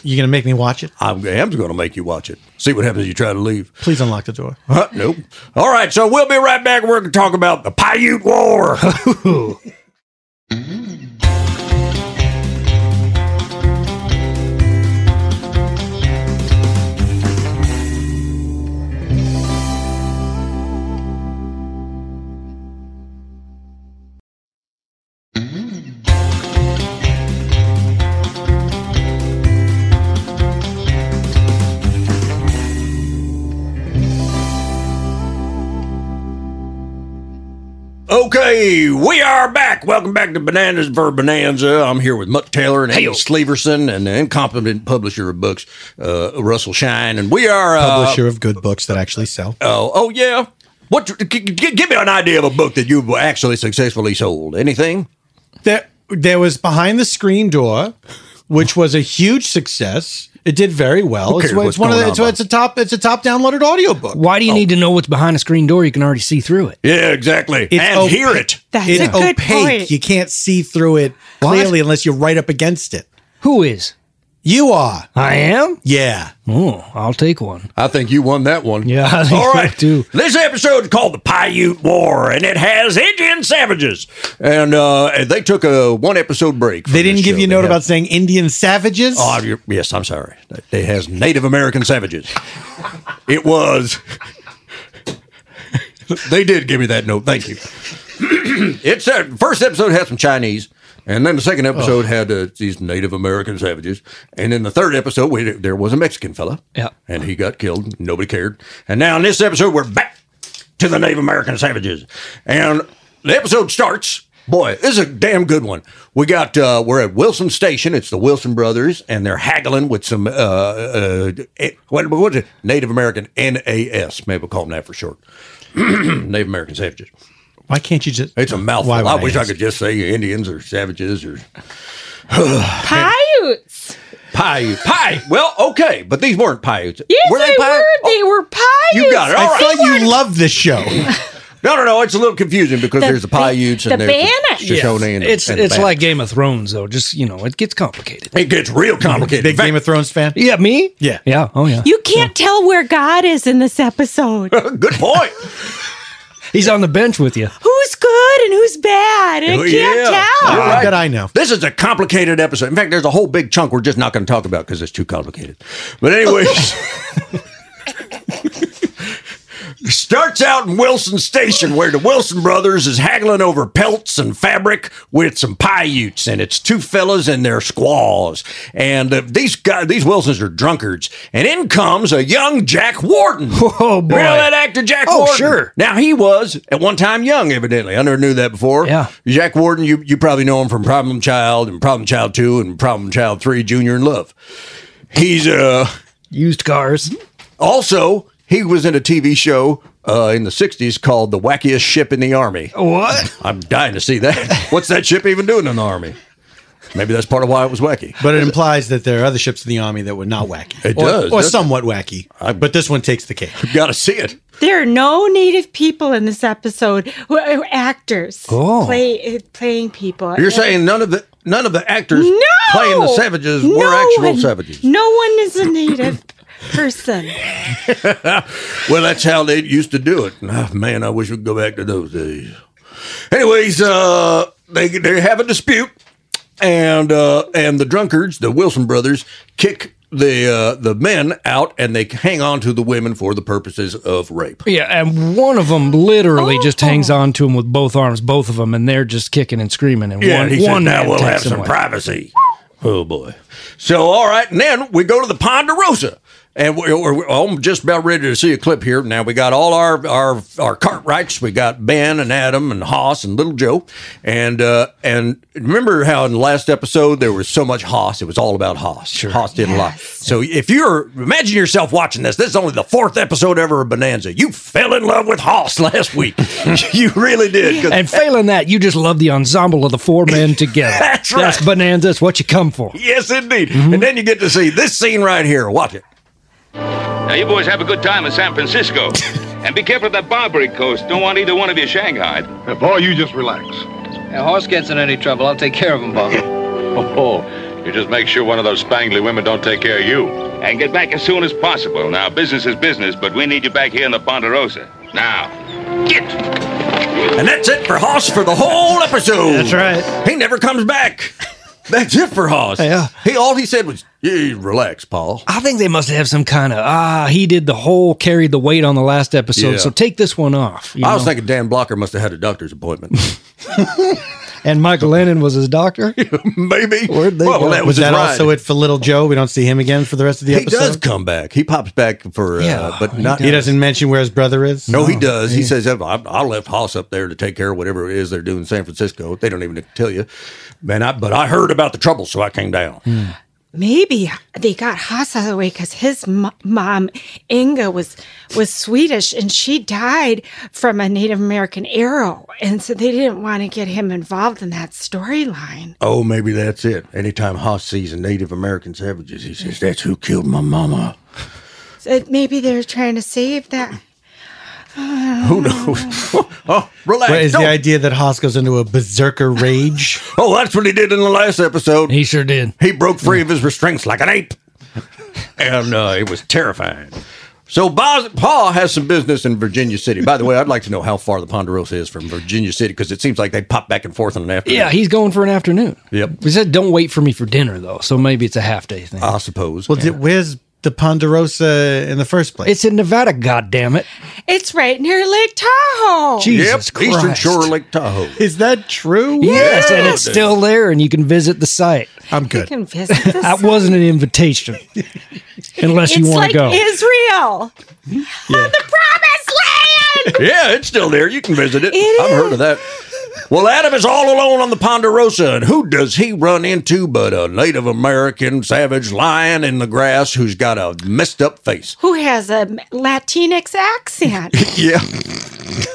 S7: You're going to make me watch it?
S4: I'm, I'm going to make you watch it. See what happens if you try to leave.
S7: Please unlock the door.
S4: Huh, nope. All right, so we'll be right back. We're going to talk about the Paiute War. Okay, we are back. Welcome back to Bananas for Bonanza. I'm here with Mutt Taylor and Hale Sleverson and the incompetent publisher of books, uh, Russell Shine. And we are. Uh,
S7: Publisher of good books that actually sell.
S4: Oh, oh, yeah. What? G- g- give me an idea of a book that you've actually successfully sold. Anything?
S7: There, there was Behind the Screen Door, which was a huge success. It did very well. It's,
S4: cares
S7: one-
S4: what's
S7: it's one of
S4: going
S7: the,
S4: on,
S7: it's, it's a top it's a top downloaded audiobook.
S6: Why do you need to know what's behind a screen door? You can already see through it.
S4: Yeah, exactly.
S7: It's
S4: and
S7: op-
S4: hear it.
S5: That's
S7: it's
S5: a good
S7: opaque.
S5: point.
S7: You can't see through it clearly unless you're right up against it.
S6: Who is?
S7: You are.
S6: I am.
S7: Yeah.
S6: Oh, I'll take one.
S4: I think you won that one.
S6: Yeah, I think
S4: All
S6: so,
S4: right.
S6: too.
S4: This episode is called the Paiute War, and it has Indian savages. And uh, and they took a one episode break. from
S7: They didn't
S4: this
S7: give
S4: show.
S7: you a
S4: They
S7: note
S4: have-
S7: about saying Indian savages.
S4: Oh, you're- yes, I'm sorry. They has Native American savages. it was. they did give me that note. Thank you. it said first episode had some Chinese, and then the second episode had uh, these Native American savages, and then the third episode we, there was a Mexican fella.
S6: Yeah.
S4: and he got killed. Nobody cared. And now in this episode we're back to the Native American savages, and the episode starts. Boy, this is a damn good one. We got uh, we're at Wilson Station. It's the Wilson brothers, and they're haggling with some uh, uh, eh, what was it? Native American NAS. Maybe we'll call them that for short. Native American savages.
S7: Why can't you just?
S4: It's a mouthful.
S7: Why would
S4: I
S7: I
S4: wish I
S7: ask?
S4: could just say Indians or savages or
S5: Paiutes.
S4: Paiute. Pai. Well, okay, but these weren't Paiutes.
S5: Yes,
S4: were they
S5: they
S4: Pai?
S5: were.
S4: Oh,
S5: They were Paiutes.
S4: You got it. All
S7: I
S4: right.
S7: thought you loved this show.
S4: Oh, no, no, no. It's a little confusing because
S5: The
S4: there's the
S5: Ba-
S4: Paiutes and
S5: the
S4: there's
S5: Banat.
S4: the Shoshone and
S6: it's
S4: and
S6: it's
S4: Banat.
S6: like Game of Thrones though. Just you know, it gets complicated.
S4: it gets real complicated.
S7: Big Game of Thrones fan.
S6: Yeah, me.
S7: Yeah.
S6: yeah. Oh yeah.
S5: You can't tell where God is in this episode.
S4: Thrones. Good point.
S6: He's on the bench with you.
S5: who's good and who's bad? And
S4: Oh,
S5: I can't
S4: yeah.
S5: tell.
S4: All right.
S7: Ah, I bet I know.
S4: This is a complicated episode. In fact, there's a whole big chunk we're just not going to talk about because it's too complicated. But anyways, starts out in Wilson Station where the Wilson brothers is haggling over pelts and fabric with some Paiutes, and it's two fellas and their squaws. And uh, these guys, these Wilsons are drunkards. And in comes a young Jack Warden.
S6: Oh, boy.
S4: Remember that actor Jack
S6: Oh,
S4: Warden?
S6: sure.
S4: Now he was at one time young, evidently. I never knew that before.
S6: Yeah.
S4: Jack Warden, you, you probably know him from Problem Child and Problem Child 2 and Problem Child 3, Junior in Love. He's uh
S6: Used cars.
S4: also he was in a TV show uh, in the 60s called The Wackiest Ship in the Army.
S6: What?
S4: I'm dying to see that. What's that ship even doing in the army? Maybe that's part of why it was wacky.
S7: But it implies that there are other ships in the army that were not wacky.
S4: It
S7: or,
S4: does,
S7: Or
S4: doesn't it?
S7: somewhat wacky. but this one takes the cake.
S4: Got to see it.
S5: There are no native people in this episode. Who are actors
S6: Oh.
S5: play, uh, playing people. Uh,
S4: You're saying none of the none of the actors
S5: no
S4: playing the savages
S5: No
S4: were actual
S5: one-
S4: savages.
S5: No one is a native person.
S4: Well, that's how they used to do it. Ah, man, I wish we could go back to those days. Anyways, uh, they they have a dispute, and uh, and the drunkards, the Wilson brothers, kick the uh, the men out, and they hang on to the women for the purposes of rape.
S6: Yeah, and one of them literally
S4: Oh.
S6: just hangs on to him with both arms, both of them, and they're just kicking and screaming. And
S4: Yeah,
S6: one,
S4: he
S6: one
S4: said, now
S6: man
S4: we'll have
S6: takes him
S4: some
S6: away.
S4: privacy. Oh boy. So all right, and then we go to the Ponderosa, and we're, we're, I'm just about ready to see a clip here. Now we got all our our our Cartwrights. We got Ben and Adam and Haas and Little Joe, and uh, and remember how in the last episode there was so much Haas. It was all about Haas. Haas did a lot. So if you're imagine yourself watching this, this is only the fourth episode ever of Bonanza. You fell in love with Haas last week. you really did. 'cause
S6: And failing that, you just love the ensemble of the four men together.
S4: That's right.
S6: That's bonanza. That's what you come for.
S4: Yes, indeed.
S6: Mm-hmm.
S4: And then you get to see this scene right here. Watch it.
S8: Now, you boys have a good time in San Francisco. and be careful of that Barbary Coast. Don't want either one of you shanghaied.
S9: boy, you just relax.
S10: If horse gets in any trouble, I'll take care of him, Bob.
S9: Oh, you just make sure one of those spangly women don't take care of you.
S8: And get back as soon as possible. Now, business is business, but we need you back here in the Ponderosa. Now, get!
S4: And that's it for Hoss for the whole episode.
S6: That's right.
S4: He never comes back. That's it for Hoss.
S6: Yeah.
S4: He all he said was, yeah, relax, Paul.
S6: I think they must have some kind of ah. He did the whole carried the weight on the last episode,
S4: Yeah.
S6: so take this one off. you
S4: I was
S6: know?
S4: thinking Dan Blocker must have had a doctor's appointment.
S6: And Michael Lennon was his doctor.
S4: Maybe.
S6: Where'd they
S4: well,
S6: go?
S4: that was,
S7: Was that
S4: his ride.
S7: also it for Little Joe? We don't see him again for the rest of the
S4: He
S7: episode.
S4: does come back. He pops back for, uh,
S6: Yeah,
S4: but
S6: he Oh,
S4: not.
S7: He doesn't mention where his brother is.
S4: No, he does. He says, I, I left Haas up there to take care of whatever it is they're doing in San Francisco. They don't even tell you. Man, I, but I heard about the trouble, so I came down.
S5: Maybe they got Haas out of the way because his mo- mom, Inga, was was Swedish and she died from a Native American arrow, and so they didn't want to get him involved in that storyline.
S4: Oh, maybe that's it. Anytime Haas sees a Native American savages, he says, That's who killed my mama.
S5: So maybe they're trying to save that.
S4: Who knows? oh, relax.
S7: Where is the
S4: Don't-
S7: idea that Haas goes into a berserker rage?
S4: oh, that's what he did in the last episode.
S6: He sure did.
S4: He broke free of his restraints like an ape. And uh, it was terrifying. So Bos- Paul has some business in Virginia City. By the way, I'd like to know how far the Ponderosa is from Virginia City because it seems like they pop back and forth in an afternoon.
S6: Yeah, he's going for an afternoon.
S4: Yep. Uh,
S6: He said, "Don't wait for me for dinner, though." So maybe it's a half day thing.
S4: I suppose.
S7: well, did, where's the Ponderosa in the first place?
S6: it's in Nevada. God damn it!
S5: It's right near Lake Tahoe.
S6: Jesus
S4: yep, Eastern
S6: Christ.
S4: Shore Lake Tahoe.
S7: is that true?
S6: Yes, and it's still there, and you can visit the site.
S7: I'm
S5: You
S7: good.
S5: can visit this.
S6: That wasn't an invitation, unless you
S5: it's
S6: want
S5: like
S6: to go. Hmm?
S5: Israel on the promised land.
S4: Yeah, it's still there. You can visit it.
S5: It
S4: I've
S5: is.
S4: heard of that. Well, Adam is all alone on the Ponderosa, and who does he run into but a Native American savage lion in the grass who's got a messed up face?
S5: Who has a Latinx accent?
S4: Yeah.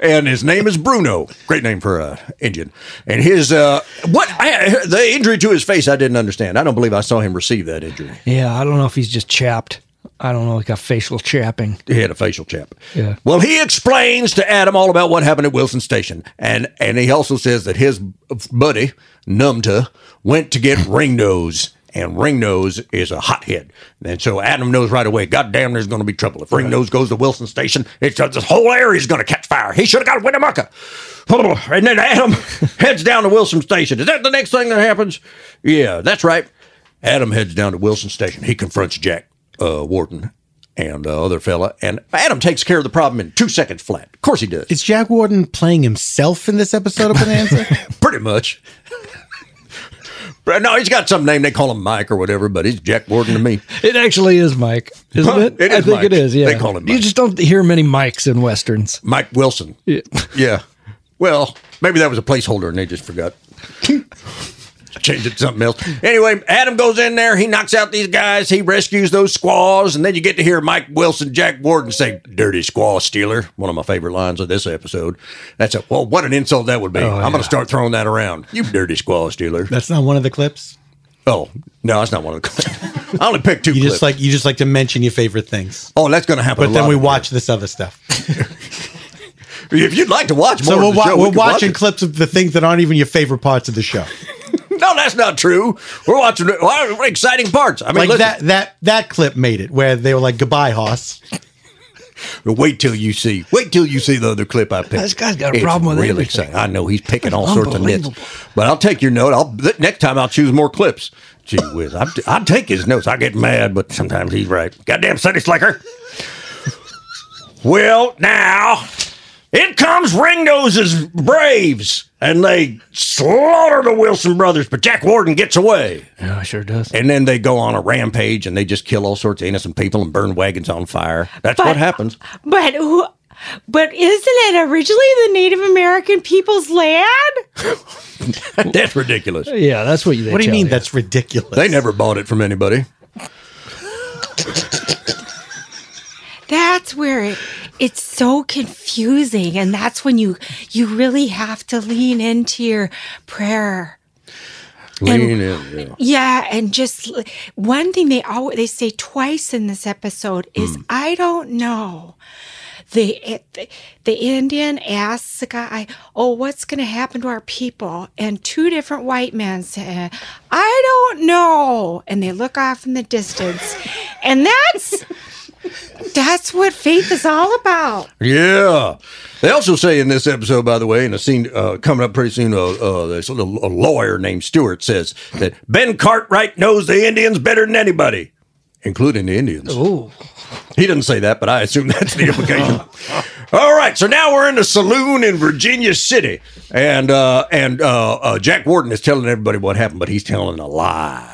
S4: and his name is Bruno. Great name for an Indian. And his, uh, what, I, the injury to his face, I didn't understand. I don't believe I saw him receive that injury.
S6: Yeah, I don't know if he's just chapped. I don't know, like a facial chapping.
S4: he had a facial chap.
S6: Yeah.
S4: Well, he explains to Adam all about what happened at Wilson Station, and and he also says that his buddy Numta went to get Ring Nose, and Ring Nose is a hothead, and so Adam knows right away. God damn, there's going to be trouble if Ring Nose goes to Wilson Station. It's uh, this whole area's going to catch fire. He should have got Winnemucca. And then Adam heads down to Wilson Station. Is that the next thing that happens? Yeah, that's right. Adam heads down to Wilson Station. He confronts Jack uh, Wharton and uh, other fella, and Adam takes care of the problem in two seconds flat. Of course he does.
S7: Is Jack Warden playing himself in this episode of Bonanza?
S4: Pretty much. but no, he's got some name. They call him Mike or whatever, but he's Jack Wharton to me.
S6: It actually is Mike, isn't
S4: Huh?
S6: it?
S4: It
S6: I
S4: is
S6: think
S4: Mike.
S6: it is. Yeah,
S4: They call him
S6: You
S4: Mike.
S6: just don't hear many Mikes in westerns.
S4: Mike Wilson.
S6: Yeah.
S4: Yeah. Well, maybe that was a placeholder and they just forgot. Changed it to something else. Anyway, Adam goes in there. He knocks out these guys. He rescues those squaws. And then you get to hear Mike Wilson, Jack Warden say, Dirty squaw stealer. One of my favorite lines of this episode. That's a, well, what an insult that would
S7: Oh,
S4: be. I'm going to start throwing that around. You dirty squaw stealer.
S7: That's not one of the clips.
S4: Oh, no, that's not one of the clips. I only picked two
S7: You
S4: clips.
S7: just like you just like to mention your favorite things,
S4: oh, that's going to happen.
S7: but
S4: a
S7: then
S4: lot
S7: we
S4: of-
S7: watch this other stuff.
S4: If you'd like to watch more, of
S7: So we're,
S4: the
S7: wa-
S4: show, we
S7: we're
S4: can watch
S7: watching
S4: it.
S7: clips of the things that aren't even your favorite parts of the show,
S4: No, that's not true. We're watching well, exciting parts. I mean,
S7: like
S4: listen,
S7: that that that clip made it where they were like goodbye, Hoss.
S4: Wait till you see. Wait till you see the other clip I picked.
S6: This guy's got a
S4: It's
S6: problem with
S4: really
S6: everything.
S4: exciting. I know he's picking all sorts of nits.
S6: Unbelievable.
S4: But I'll take your note. I'll th- next time I'll choose more clips. Gee whiz, I I take his notes. I get mad, but sometimes he's right. Goddamn Sunday slicker. well, now in comes Ringo's Braves, and they slaughter the Wilson brothers. But Jack Warden gets away.
S6: Yeah, it sure does.
S4: And then they go on a rampage and they just kill all sorts of innocent people and burn wagons on fire. That's what
S5: But-
S4: happens.
S5: But who? But isn't it originally the Native American people's land?
S4: That's ridiculous.
S6: Yeah, that's what you.
S7: What do you mean? That's ridiculous.
S4: They never bought it from anybody.
S5: That's where it, it's so confusing, and that's when you you really have to lean into your prayer.
S4: Lean in. yeah.
S5: Yeah, and just l- one thing they always they say twice in this episode is I don't know. The, it- the the Indian asks the guy, "Oh, what's going to happen to our people?" And two different white men say, "I don't know," and they look off in the distance, and that's that's what faith is all about.
S4: Yeah. They also say in this episode, by the way, in a scene uh, coming up pretty soon, uh, uh, there's a, little- a lawyer named Stewart says that Ben Cartwright knows the Indians better than anybody, including the Indians.
S6: Ooh,
S4: He didn't say that, but I assume that's the implication. All right, so now we're in a saloon in Virginia City, and uh, and uh, uh, Jack Warden is telling everybody what happened, but he's telling a lie.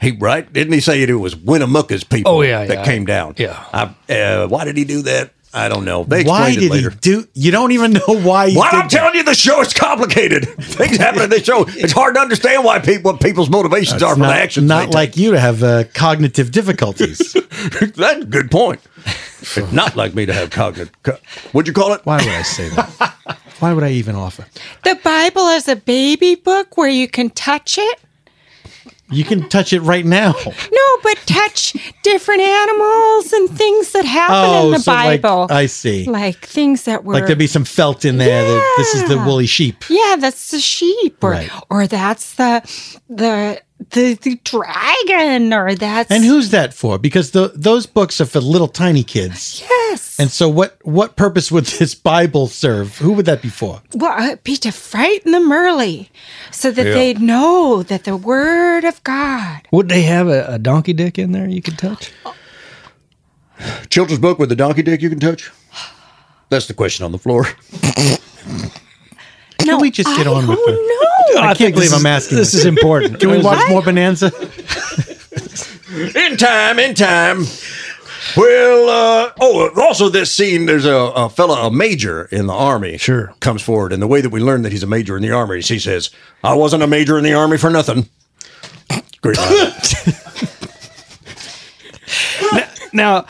S4: He right? Didn't he say it was Winnemucca's people?
S6: Oh, yeah,
S4: that
S6: yeah.
S4: came down.
S6: Yeah.
S4: I, uh, why did he do that? I don't know. They
S7: Why
S4: explained
S7: did
S4: it later.
S7: he do? You don't even know why. He
S4: Well,
S7: did
S4: I'm telling you, the show is complicated. Things happen in the show. It's hard to understand why people what people's motivations are
S7: It's
S4: for
S7: not,
S4: the actions.
S7: not
S4: they take.
S7: like you to have uh, cognitive difficulties.
S4: That's a good point. It's not like me to have cognitive. Co- what'd you call it?
S7: Why would I say that? Why would I even offer?
S5: The Bible is a baby book where you can touch it.
S7: You can touch it right now.
S5: No, but touch different animals and things that happen in the
S7: Oh, like,
S5: Bible.
S7: I see. Like,
S5: like things that were
S7: there'd be some felt in there. That this is the
S5: Yeah.
S7: woolly sheep.
S5: Yeah, that's the sheep, or
S7: Right.
S5: or that's the the the, the dragon, or that's
S7: And who's that for? Because the, those books are for little tiny kids.
S5: yes.
S7: And so, what what purpose would this Bible serve? Who would that be for?
S5: well, it'd be to frighten them early, so that they know that the word of God.
S6: Would they have a, a donkey dick in there you could touch?
S4: Children's book with the donkey dick you can touch? That's the question on the floor.
S5: no,
S7: we just get
S5: I
S7: on with
S5: don't
S7: it?
S5: know.
S7: I, can't
S6: think
S7: believe
S6: this
S7: I'm
S6: is-
S7: asking.
S6: This is important.
S7: Can we watch more Bonanza?
S4: In time, in time. Well, uh, oh, also this scene, there's a, a fella, a major in the army.
S6: Sure.
S4: Comes forward. And the way that we learn that he's a major in the army is he says, I wasn't a major in the army for nothing. Great line.
S6: Now,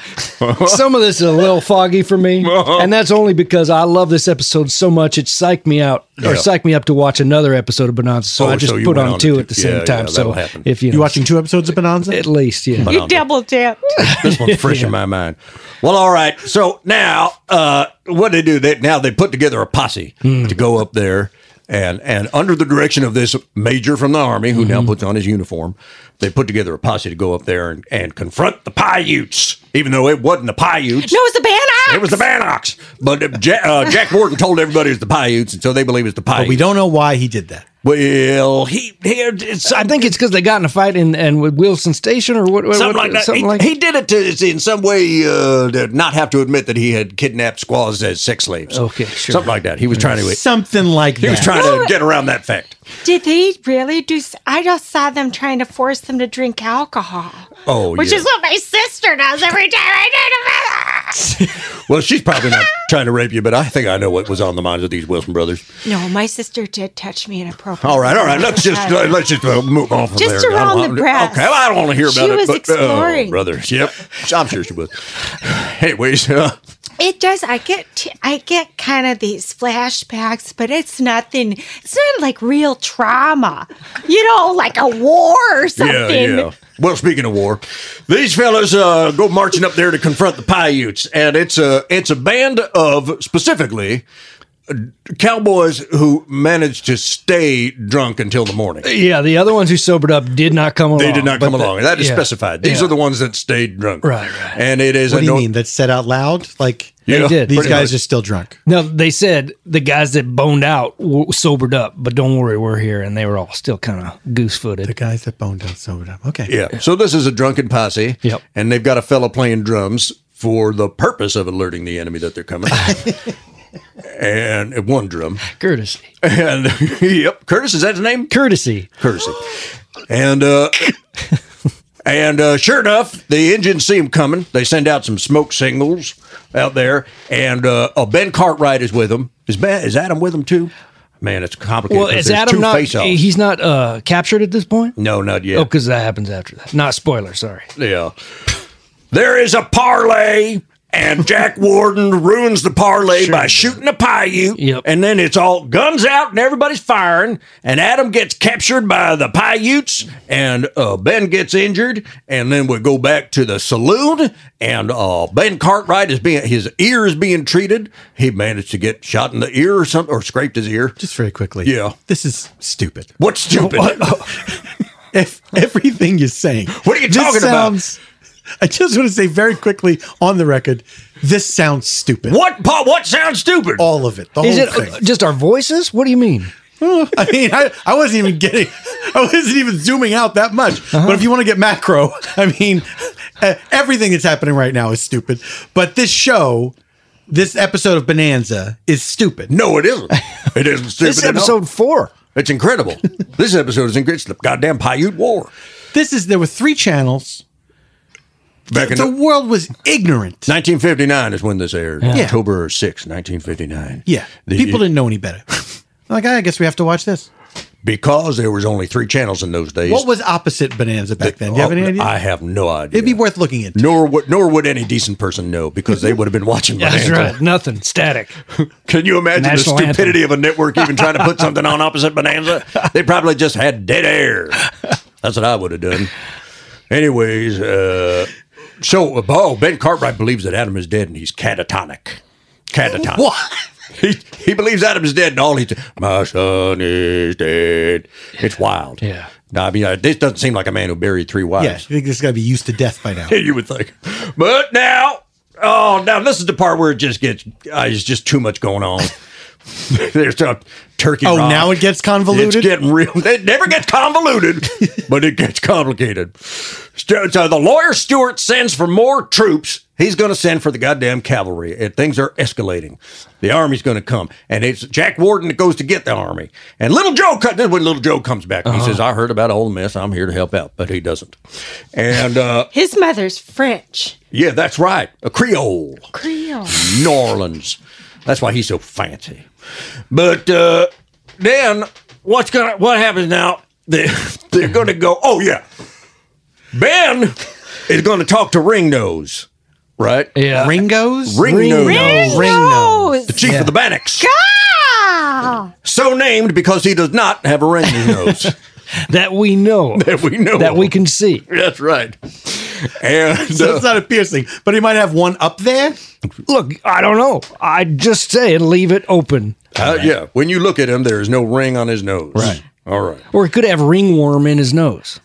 S6: some of this is a little foggy for me, and that's only because I love this episode so much it psyched me out or
S4: Yeah.
S6: psyched me up to watch another episode of Bonanza. So
S4: Oh,
S6: I just
S4: so you
S6: put
S4: went
S6: on
S4: on
S6: two
S4: to-
S6: at the same
S4: yeah,
S6: time.
S4: yeah,
S6: so
S4: that'll happen.
S6: if you know,
S7: You watching two episodes of Bonanza?
S6: at least, yeah.
S5: You double dipped.
S4: This one's fresh in my mind. Well, all right. So now, uh, what they do? They now they put together a posse
S7: Hmm.
S4: to go up there, and and under the direction of this major from the army, who
S7: Mm-hmm.
S4: now puts on his uniform, they put together a posse to go up there and, and confront the Paiutes, even though it wasn't the Paiutes.
S5: No, it's the banana.
S4: It was the Bannocks, but uh, Ja- uh, Jack Warden told everybody it's the Paiutes, and so they believe it's the Paiutes.
S7: But we don't know why he did that.
S4: Well, he, he it's,
S6: I think it's because they got in a fight in and with Wilson Station or what, what-
S4: something
S6: what-
S4: like that.
S6: Something
S4: he,
S6: like
S4: he did it to in some way uh, to not have to admit that he had kidnapped squaws as sex slaves.
S6: Okay, sure.
S4: something like that. He was trying to he
S7: Something like that.
S4: was trying to get around that fact.
S5: Did they really do? s- I just saw them trying to force them to drink alcohol.
S4: Oh,
S5: which
S4: yeah.
S5: is what my sister does every time I need a banana.
S4: Well, she's probably not trying to rape you, but I think I know what was on the minds of these Wilson brothers.
S5: No, my sister did touch me inappropriately.
S4: All right, all right. Let's just uh, let's just uh, move on from
S5: Just
S4: there. I don't
S5: around the
S4: want to-
S5: breasts.
S4: Okay, well, I don't want to hear
S5: She
S4: about it.
S5: was
S4: but,
S5: exploring.
S4: Oh, brothers. Yep, I'm sure she was. Anyways, uh,
S5: It does. I get t- I get kind of these flashbacks, but it's nothing. It's not like real trauma, you know, like a war or something.
S4: Yeah, yeah. Well, speaking of war, these fellas uh, go marching up there to confront the Paiutes, and it's a it's a band of specifically uh, cowboys who managed to stay drunk until the morning.
S6: that. Yeah, the other ones who sobered up did not come along.
S4: They did not
S6: but
S4: come
S6: the-
S4: along. That is
S6: yeah,
S4: specified. These
S6: yeah.
S4: are the ones that stayed drunk.
S6: Right, right.
S4: And it is.
S7: What do
S4: a
S7: you
S4: no-
S7: mean? That's said out loud? Like
S4: Yeah,
S6: did.
S7: these
S4: pretty
S7: guys
S4: much.
S7: are still drunk.
S6: No, they said the guys that boned out w- sobered up, but don't worry, we're here, and they were all still kind of goose
S7: The
S6: footed.
S7: guys that boned out sobered up. Okay.
S4: Yeah. So this is a drunken posse.
S6: Yep.
S4: And they've got a fella playing drums for the purpose of alerting the enemy that they're coming. and one drum.
S6: Courtesy,
S4: And yep, Curtis is that his name?
S6: courtesy.
S4: Curtis. And uh, and uh, sure enough, the engines see him coming. They send out some smoke signals out there, and uh, oh, Ben Cartwright is with them. Is Ben is Adam with them too? Man, it's complicated.
S6: Well,
S4: 'cause
S6: is
S4: there's
S6: Adam
S4: two
S6: not?
S4: face-offs.
S6: He's not uh, captured at this point.
S4: no, not yet.
S6: Oh, because that happens after that. Not spoiler. Sorry.
S4: Yeah. There is a parlay, and Jack Warden ruins the parlay by shooting a Paiute.
S6: Yep.
S4: And then it's all guns out, and everybody's firing. And Adam gets captured by the Paiutes, and uh, Ben gets injured. And then we go back to the saloon, and uh, Ben Cartwright is being his ear is being treated. He managed to get shot in the ear or something, or scraped his ear.
S7: Just very quickly.
S4: Yeah.
S7: This is stupid.
S4: What's stupid?
S7: If everything you're saying.
S4: What are you talking about?
S7: about? I just want to say very quickly on the record, this sounds stupid.
S4: What pa- what sounds stupid?
S7: Oh. All of it. The
S6: Is
S7: whole
S6: it uh,
S7: thing.
S6: just our voices? What do you mean?
S7: I mean, I, I wasn't even getting I wasn't even zooming out that much.
S6: Uh-huh.
S7: But if you want to get macro, I mean, uh, everything that's happening right now is stupid. But this show, this episode of Bonanza, is stupid.
S4: No, it isn't. It isn't stupid.
S1: This is
S4: at all.
S1: episode four.
S4: It's incredible. this episode is incredible. It's the goddamn Paiute War.
S7: This is there were three channels.
S4: Back in
S7: The world was ignorant.
S4: 1959 is when this aired.
S7: Yeah.
S4: October 6, 1959.
S7: Yeah,
S4: The-
S7: people didn't know any better. like I guess we have to watch this.
S4: because there was only three channels in those days. Oh,
S7: What was opposite Bonanza back then? Do you have any idea?
S4: I have no idea.
S7: It'd be worth looking into.
S4: nor would nor would any decent person know because they would have been watching.
S6: That's
S4: Bonanza.
S6: right. Nothing static.
S4: Can you imagine
S6: National
S4: the
S6: anthem.
S4: stupidity of a network even trying to put something on opposite Bonanza? They probably just had dead air. That's what I would have done. Anyways, uh, so oh, Ben Cartwright believes that Adam is dead and he's catatonic. Catatonic. What? He, he believes Adam is dead and all he my son is dead. It's wild.
S6: Yeah.
S4: Now, I mean, uh, this doesn't seem like a man who buried three wives.
S7: Yeah, you think this guy be used to death by now?
S4: you would think. But now, oh, now this is the part where it just gets, uh, it's just too much going on. There's a turkey.
S7: Oh,
S4: rock.
S7: now it gets convoluted.
S4: It's getting real. It never gets convoluted, but it gets complicated. Stu- So the lawyer Stewart sends for more troops. He's going to send for the goddamn cavalry. And things are escalating. The army's going to come, and it's Jack Warden that goes to get the army. And little Joe, co- this is when little Joe comes back.
S7: Uh-huh.
S4: He says, "I heard about a whole mess. I'm here to help out," but he doesn't. And uh,
S5: His mother's French.
S4: yeah, that's right, a Creole.
S5: Creole.
S4: New Orleans. That's why he's so fancy. But uh, then what's gonna what happens now? They they're gonna go. Oh yeah, Ben is gonna talk to Ring Nose, right?
S6: Yeah.
S7: Ringo's
S4: Ring, Nose,
S5: Ring
S7: nose.
S5: nose.
S4: the chief of the Bannocks,
S5: Ah!
S4: so named because he does not have a ring in his nose
S6: That we know. of,
S4: that we know.
S6: that we
S4: of.
S6: can see.
S4: That's right. And
S7: So
S4: uh,
S7: it's not a piercing, but he might have one up there.
S6: Look, I don't know. I just say and leave it open.
S4: uh, yeah, when you look at him, there is no ring on his nose. Right. All right.
S6: Or it could have ringworm in his nose.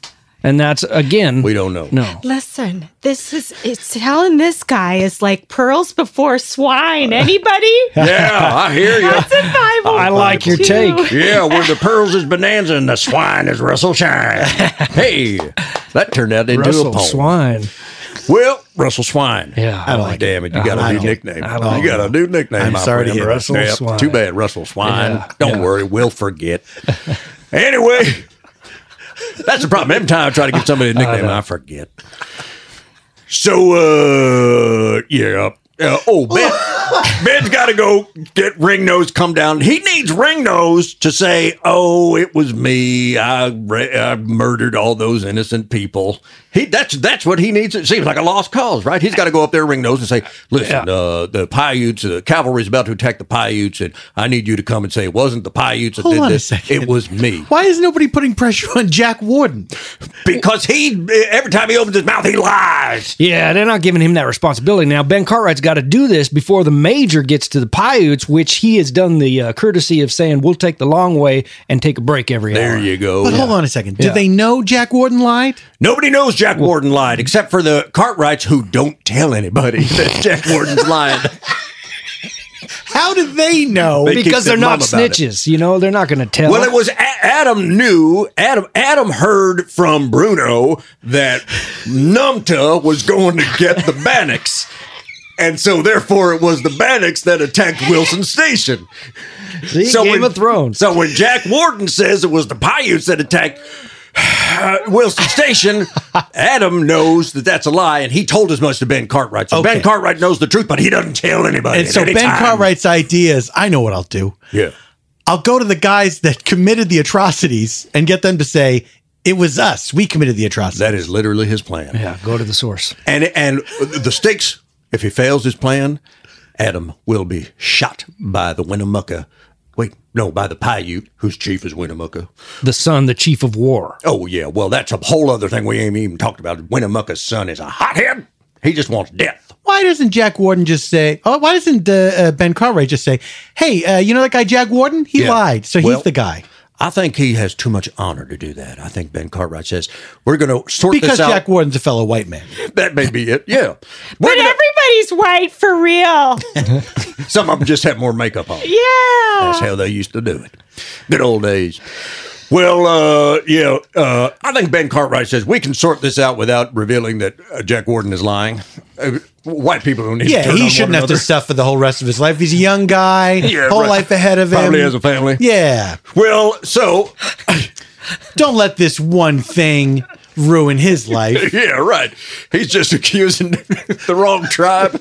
S6: And that's again
S4: We don't know.
S6: No.
S5: Listen, this is it's telling this guy is like pearls before swine. Anybody?
S4: Yeah, I hear you.
S5: That's in Bible.
S6: I like your
S5: Two.
S6: take.
S4: Yeah, where the pearls is bonanza and the swine is Russell Shine. Hey, that turned out into a
S6: Russell
S4: poem.
S6: Swine.
S4: Well, Russell Swine.
S6: Yeah. I
S4: like damn it. You got a
S7: I
S4: new
S7: don't-
S4: nickname.
S6: I don't
S4: You got a new nickname.
S7: I'm
S4: my
S7: sorry to
S4: friend.
S7: hear
S6: Russell
S4: Yep,
S6: Swine.
S4: Too bad, Russell Swine. Don't worry, we'll forget. anyway, that's the problem. Every time I try to give somebody a nickname, I, forget. So, uh, yeah. Uh, oh, Ben, Ben's got to go get Ring Nose come down. He needs Ring Nose to say, "Oh, it was me. I, ra- I murdered all those innocent people." He that's that's what he needs. It seems like a lost cause, right? He's got to go up there, Ring Nose, and say, "Listen, uh, the Paiutes, the cavalry's about to attack the Paiutes, and I need you to come and say it wasn't the Paiutes that
S7: Hold
S4: did
S7: on a
S4: this.
S7: second.
S4: It was me."
S7: Why is nobody putting pressure on Jack Warden?
S4: Because he every time he opens his mouth, he lies.
S6: Yeah, they're not giving him that responsibility. Now, Ben Cartwright's got to do this before the major gets to the Paiutes, which he has done the uh, courtesy of saying, we'll take the long way and take a break every
S4: There
S6: hour.
S4: you go.
S7: But hold on a second.
S6: Yeah.
S7: Did they know Jack Warden lied?
S4: Nobody knows Jack Warden lied except for the Cartwrights who don't tell anybody that Jack Warden's lying.
S7: How do they know?
S4: They-
S6: Because
S4: Keep
S6: they're
S4: their
S6: not
S4: mum about it.
S6: snitches, you know, they're not going to tell.
S4: Well, it was A- Adam knew Adam. Adam heard from Bruno that Numta was going to get the Bannocks, and so therefore it was the Bannocks that attacked Wilson Station.
S6: See, Game of Thrones.
S4: So when Jack Warden says it was the Paiutes that attacked uh, Wilson Station, Adam knows that that's a lie, and he told as much to Ben Cartwright. So Ben
S7: Okay.
S4: Cartwright knows the truth, but he doesn't tell anybody.
S7: and
S4: at
S7: so
S4: any
S7: Ben
S4: time.
S7: Cartwright's idea is, I know what I'll do.
S4: yeah.
S7: I'll go to the guys that committed the atrocities and get them to say it was us. We committed the atrocities.
S4: That is literally his plan.
S6: yeah, go to the source.
S4: And and the stakes, if he fails his plan, Adam will be shot by the Winnemucca. Wait, no, by the Paiute, whose chief is Winnemucca.
S6: The son, the chief of war.
S4: Oh yeah, well that's a whole other thing we ain't even talked about. Winnemucca's son is a hothead. He just wants death.
S7: why doesn't Jack Warden just say? Oh, why doesn't uh, uh, Ben Cartwright just say, "Hey, uh, you know that guy Jack Warden? He
S4: Yeah.
S7: lied, so
S4: Well-
S7: he's the guy."
S4: I think he has too much honor to do that. I think Ben Cartwright says we're going to sort
S7: Because
S4: this out.
S7: Jack Warden's a fellow white man.
S4: that may be it. Yeah, We're
S5: But
S4: gonna-
S5: everybody's white for real.
S4: some of them just have more makeup on.
S5: Yeah.
S4: That's how they used to do it. Good old days. Well, uh, yeah, uh, I think Ben Cartwright says we can sort this out without revealing that uh, Jack Warden is lying. Uh, white people don't need. to
S7: Yeah,
S4: turn
S7: he
S4: on
S7: shouldn't
S4: one
S7: have
S4: another.
S7: to suffer the whole rest of his life. He's a young guy,
S4: Yeah,
S7: whole
S4: right.
S7: life ahead of him.
S4: Probably has a family.
S7: Yeah,
S4: Well, so
S7: don't let this one thing ruin his life.
S4: yeah, right. He's just accusing the wrong tribe,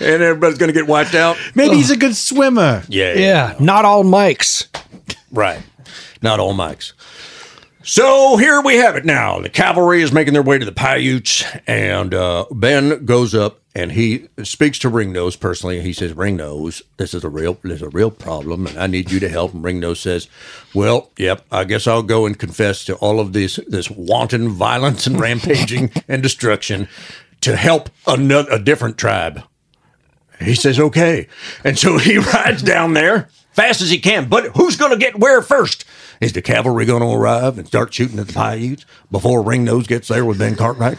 S4: and everybody's going to get wiped out.
S7: Maybe he's a good swimmer.
S4: Yeah,
S6: Yeah, not all mics.
S4: Right. Not all mics. So here we have it now. The cavalry is making their way to the Paiutes, and uh, Ben goes up and he speaks to Ringnose personally. He says, "Ringnose, this is a real, this is a real problem, and I need you to help." And Ringnose says, "Well, yep, I guess I'll go and confess to all of this this wanton violence and rampaging and destruction to help another a different tribe." He says, okay. And so he rides down there fast as he can. But who's going to get where first? Is the cavalry going to arrive and start shooting at the Paiutes before Ringnose gets there with Ben Cartwright?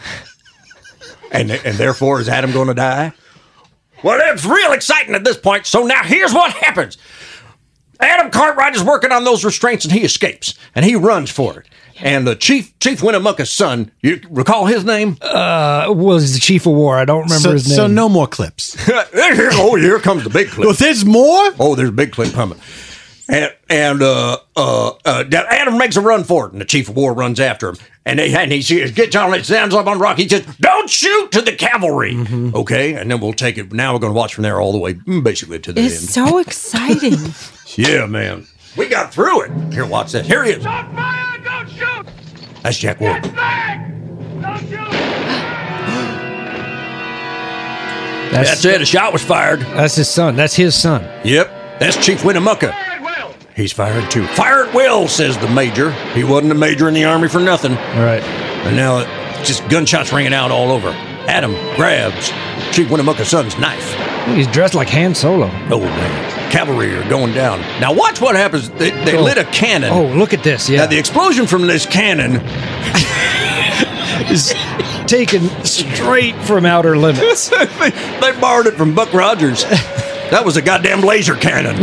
S4: And, and therefore, is Adam going to die? Well, it's real exciting at this point. So now here's what happens. Adam Cartwright is working on those restraints and he escapes and he runs for it. And the chief, Chief Winnemucca's son, you recall his name?
S6: Uh, was the chief of war? I don't remember
S7: So,
S6: his name.
S7: so no more clips.
S4: oh, here comes the big clip.
S7: Well, there's more.
S4: Oh, there's a big clip coming. And, and uh, uh, uh, Adam makes a run for it, and the chief of war runs after him. And, they, and he says, Get John, it stands up on rock. He says, Don't shoot to the cavalry. Okay, and then we'll take it. Now we're going to watch from there all the way mm, basically to the
S5: It's
S4: end.
S5: so exciting.
S4: yeah, man. We got through it. Here, watch this. Here he is.
S9: Don't fire! Don't shoot!
S4: That's Jack Ward.
S9: Back! Don't shoot!
S4: That's it. A shot was fired.
S6: That's his son. That's his son.
S4: Yep. That's Chief Winnemucca.
S9: Well,
S4: He's fired too. Fire at will, says the major. He wasn't a major in the army for nothing.
S6: All right.
S4: And now it, just gunshots ringing out all over. Adam grabs Chief Winnemucca's son's knife.
S6: He's dressed like Han Solo.
S4: Oh, man. Cavalry are going down. Now, watch what happens. They, they
S6: Oh.
S4: lit a cannon.
S6: Oh, look at this.
S4: Now,
S6: Yeah.
S4: the explosion from this cannon,
S6: is taken straight from outer limits.
S4: they, they borrowed it from Buck Rogers. That was a goddamn laser cannon.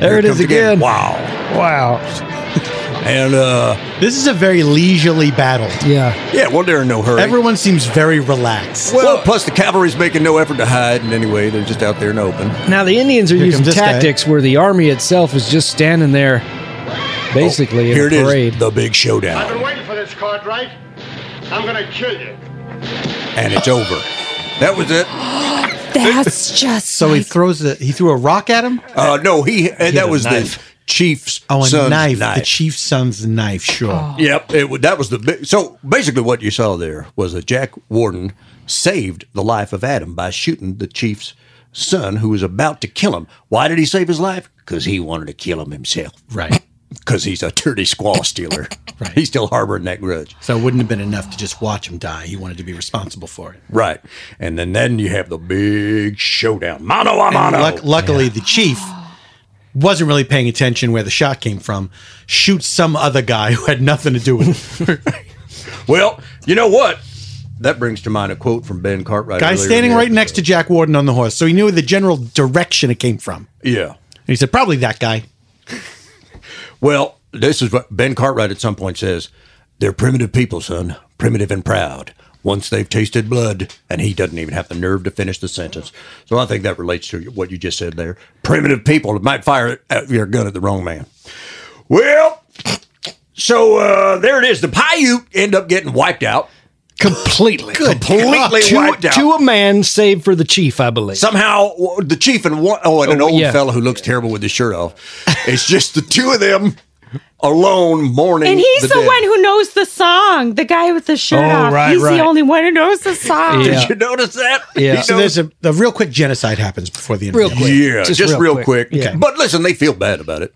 S6: There it is again.
S4: Wow.
S6: Wow.
S4: And, uh,
S7: This is a very leisurely battle.
S6: Yeah.
S4: yeah, well, they're in no hurry.
S7: Everyone seems very relaxed.
S4: well, plus the cavalry's making no effort to hide in any way. They're just out there in the open.
S6: Now the Indians are
S7: Here
S6: using
S7: comes this guy.
S6: tactics where the army itself is just standing there, basically
S4: Here
S6: in
S4: it
S6: a
S4: is,
S6: parade.
S4: the big showdown.
S9: been waiting for this, Cartwright. I'm gonna kill you.
S4: And it's over. That was it.
S5: That's just
S7: So he throws a he threw a rock at him.
S4: Uh, no, he uh, that
S6: a
S4: was the
S6: knife.
S4: chief's
S7: Oh, a
S4: son's
S7: knife, The chief's son's knife. Sure.
S6: Oh.
S4: Yep, it, wa- that was the big. So basically, what you saw there was that Jack Warden saved the life of Adam by shooting the chief's son, who was about to kill him. Why did he save his life? Because he wanted to kill him himself.
S7: Right.
S4: Because he's a dirty squaw stealer. right. He's still harboring that grudge.
S7: So it wouldn't have been enough to just watch him die. He wanted to be responsible for it.
S4: Right. And then then you have the big showdown, mano a mano.
S7: Luck- luckily, the chief wasn't really paying attention where the shot came from. Shoots some other guy who had nothing to do with it.
S4: well, you know what? That brings to mind a quote from Ben Cartwright.
S7: guy standing right next to Jack Warden on the horse, so he knew the general direction it came from. And
S4: Yeah.
S7: he said, "Probably that guy."
S4: Well, this is what Ben Cartwright at some point says. They're primitive people, son. Primitive and proud. Once they've tasted blood, and he doesn't even have the nerve to finish the sentence. So I think that relates to what you just said there. Primitive people might fire at your gun at the wrong man. Well, so uh, there it is. The Paiute end up getting wiped out.
S6: Completely.
S4: Completely
S6: To,
S4: wiped out.
S6: to a man, save for the chief, I believe.
S4: Somehow, w- the chief and one, oh, and an
S6: Oh,
S4: old
S6: yeah.
S4: fella who looks terrible with his shirt off. It's just the two of them alone mourning.
S5: And he's the,
S4: dead.
S5: one who knows the song. The guy with the shirt
S6: Oh,
S5: off.
S6: right,
S5: he's
S6: right.
S5: the only one who knows the song.
S6: Yeah.
S4: Did you notice that?
S6: Yeah.
S4: He
S7: So
S4: knows-
S7: there's a, a real quick genocide happens before the end.
S6: Real
S7: of the
S6: quick.
S4: yeah, just, real, quick.
S6: Yeah.
S4: But listen, they feel bad about it.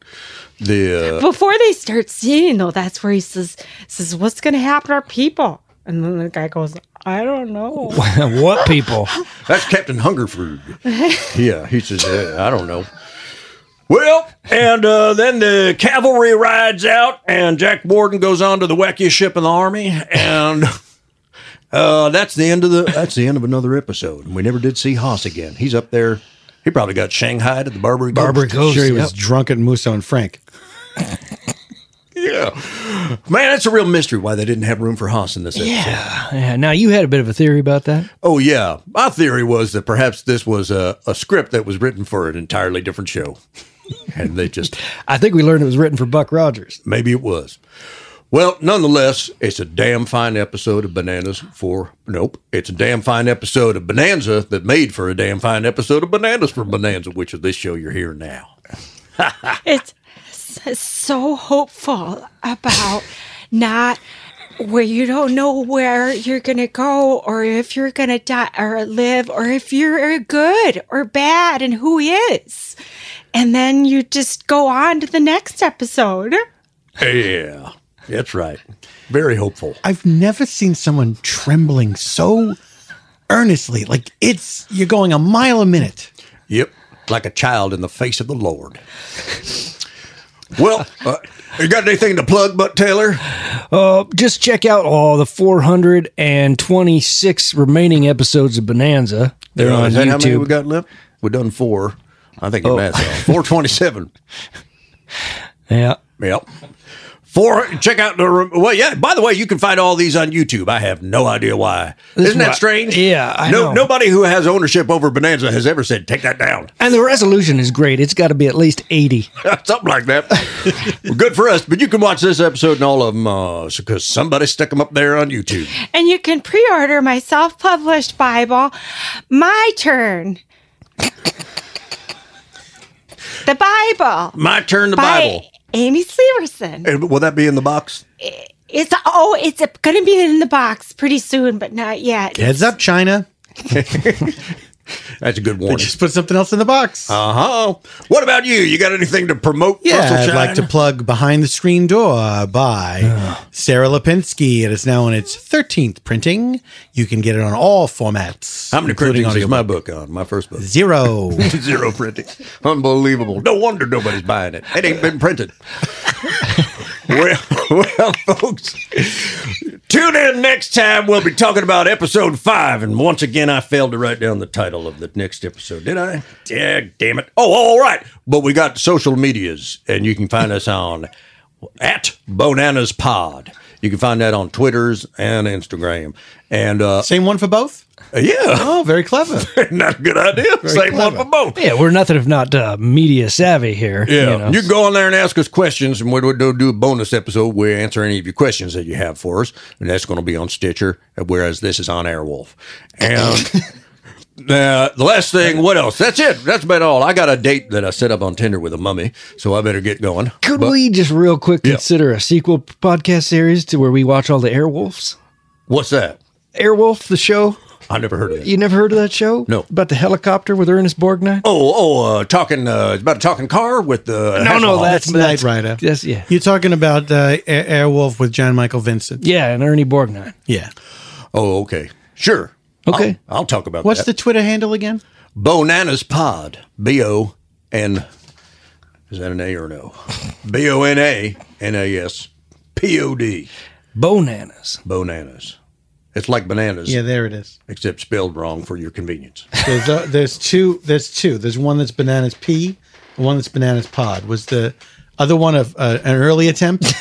S4: The uh,
S5: Before they start singing, though, that's where he says, "says What's going to happen to our people?" And then the guy goes, "I don't know."
S6: what people?
S4: that's Captain Hungerford. yeah, he says, uh, I don't know. Well, and uh, then the cavalry rides out, and Jack Warden goes on to the wackiest ship in the army, and uh, that's the end of the that's the end of another episode. And we never did see Haas again. He's up there. He probably got Shanghai at the Barbary. Ghost.
S6: Barbary Ghost.
S7: Sure, he
S6: yep.
S7: was drunk at Musso and Frank.
S4: yeah. Man, that's a real mystery why they didn't have room for Haas in this episode.
S6: Yeah. yeah. Now you had a bit of a theory about that.
S4: Oh, yeah. My theory was that perhaps this was a, a script that was written for an entirely different show. and they just,
S6: I think we learned it was written for Buck Rogers.
S4: maybe it was. Well, nonetheless, it's a damn fine episode of Bananas for, nope, it's a damn fine episode of Bonanza that made for a damn fine episode of Bananas for Bonanza, which is this show you're hearing now.
S5: it's s- so hopeful about not where you don't know where you're going to go or if you're going to die or live or if you're good or bad and who is. And then you just go on to the next episode.
S4: Yeah, that's right. Very hopeful.
S7: I've never seen someone trembling so earnestly. Like it's you're going a mile a minute.
S4: Yep, like a child in the face of the Lord. well, uh, you got anything to plug, Buck Taylor?
S6: Uh, just check out all the 426 remaining episodes of Bonanza. They're on
S4: is that how many we
S6: YouTube. Oh.
S4: got left? We've done four. I think your math's off. 427.
S6: Yeah.
S4: Yep. Four. Check out the room. Well, yeah. By the way, you can find all these on YouTube. I have no idea why.
S6: This
S4: Isn't that
S6: why-
S4: strange?
S6: Yeah, I
S4: no,
S6: know.
S4: Nobody who has ownership over Bonanza has ever said take that down.
S6: And the resolution is great. It's got to be at least 80.
S4: Something like that. well, good for us. But you can watch this episode and all of them because somebody stuck them up there on YouTube.
S5: And you can pre order my self published Bible, My Turn. the Bible.
S4: My turn. The
S5: by
S4: Bible.
S5: Amy Severson.
S4: And Will that be in the box?
S5: It's oh, it's going to be in the box pretty soon, but not yet.
S7: Heads up, China.
S4: That's a good warning.
S7: Just put something else in the box.
S4: Uh huh. What about you? You got anything to promote?
S7: yeah,
S4: Russell
S7: I'd like to
S4: Shine?
S7: plug Behind the Screen Door by Sarah Lipinski. It is now in its 13th printing. You can get it on all formats.
S4: How many
S7: including
S4: printings is
S7: audiobook.
S4: my book on? My first book.
S7: Zero.
S4: Zero printings. Unbelievable. No wonder nobody's buying it. It ain't been printed. well, well, folks, tune in next time. We'll be talking about episode five. And once again, I failed to write down the title of the next episode, did I? Yeah, damn it. Oh, all right. But we got social medias, and you can find us on at Bonanas Pod. You can find that on Twitters and Instagram. And uh,
S7: Same one for both?
S4: yeah,
S7: Oh, very clever.
S4: not a good idea. Same one for both.
S6: Yeah, we're nothing if not uh, media savvy here.
S4: Yeah,
S6: you
S4: you,
S6: know.
S4: can go on there and ask us questions, and we'll do do a bonus episode where we answer any of your questions that you have for us, and that's going to be on Stitcher, whereas this is on Airwolf. And uh, the last thing, what else? That's it. That's about all. I got a date that I set up on Tinder with a mummy, so I better get going.
S6: Could
S4: But-
S6: we just real quick consider a sequel podcast series to where we watch all the Airwolves?
S4: What's that?
S6: Airwolf, the show.
S4: I never heard of it.
S6: You never heard of that show?
S4: No.
S6: About the helicopter with Ernest Borgnine?
S4: Oh, oh, uh, talking uh, it's about a talking car with the
S6: no, no, that's
S7: Knight Rider.
S6: That's yeah,
S7: You're talking about uh, Air- Airwolf with John Michael Vincent.
S6: yeah, and Ernie Borgnine.
S7: Yeah.
S4: Oh, okay, sure.
S6: Okay.
S4: I'll, I'll talk about
S7: What's
S4: that.
S7: the Twitter handle again?
S4: Bonanas Pod. B O N. Is that an A or an O? B O N A N A S P O D.
S6: Bonanas.
S4: Bonanas. It's like bananas,
S7: Yeah, there it is.
S4: except spelled wrong for your convenience.
S7: There's uh, there's two. There's two. There's one that's bananas P, and one that's bananas pod. Was the other one of uh, an early attempt?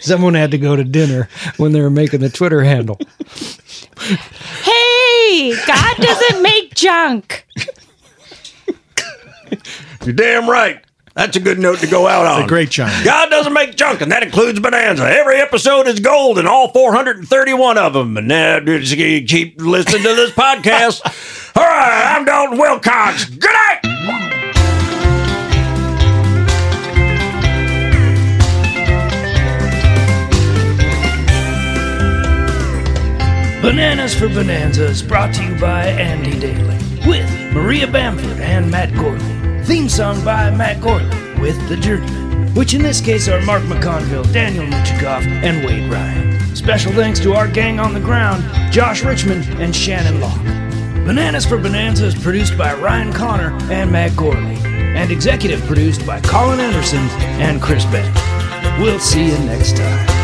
S6: Someone had to go to dinner when they were making the Twitter handle.
S5: Hey, God doesn't make junk.
S4: You're damn right. That's a good note to go out on.
S7: a great chime.
S4: God doesn't make junk, and that includes Bonanza. Every episode is gold, and all 431 of them. And now just keep listening to this podcast. All right, I'm Dalton Wilcox. Good night.
S3: Bananas for Bonanza is brought to you by Andy Daly with Maria Bamford and Matt Gorley. Theme song by Matt Gorley with The Journeyman, which in this case are Mark McConville, Daniel Michikoff, and Wade Ryan. Special thanks to our gang on the ground, Josh Richmond and Shannon Locke. Bananas for Bonanza is produced by Ryan Connor and Matt Gorley and executive produced by Colin Anderson and Chris Beck. We'll see you next time.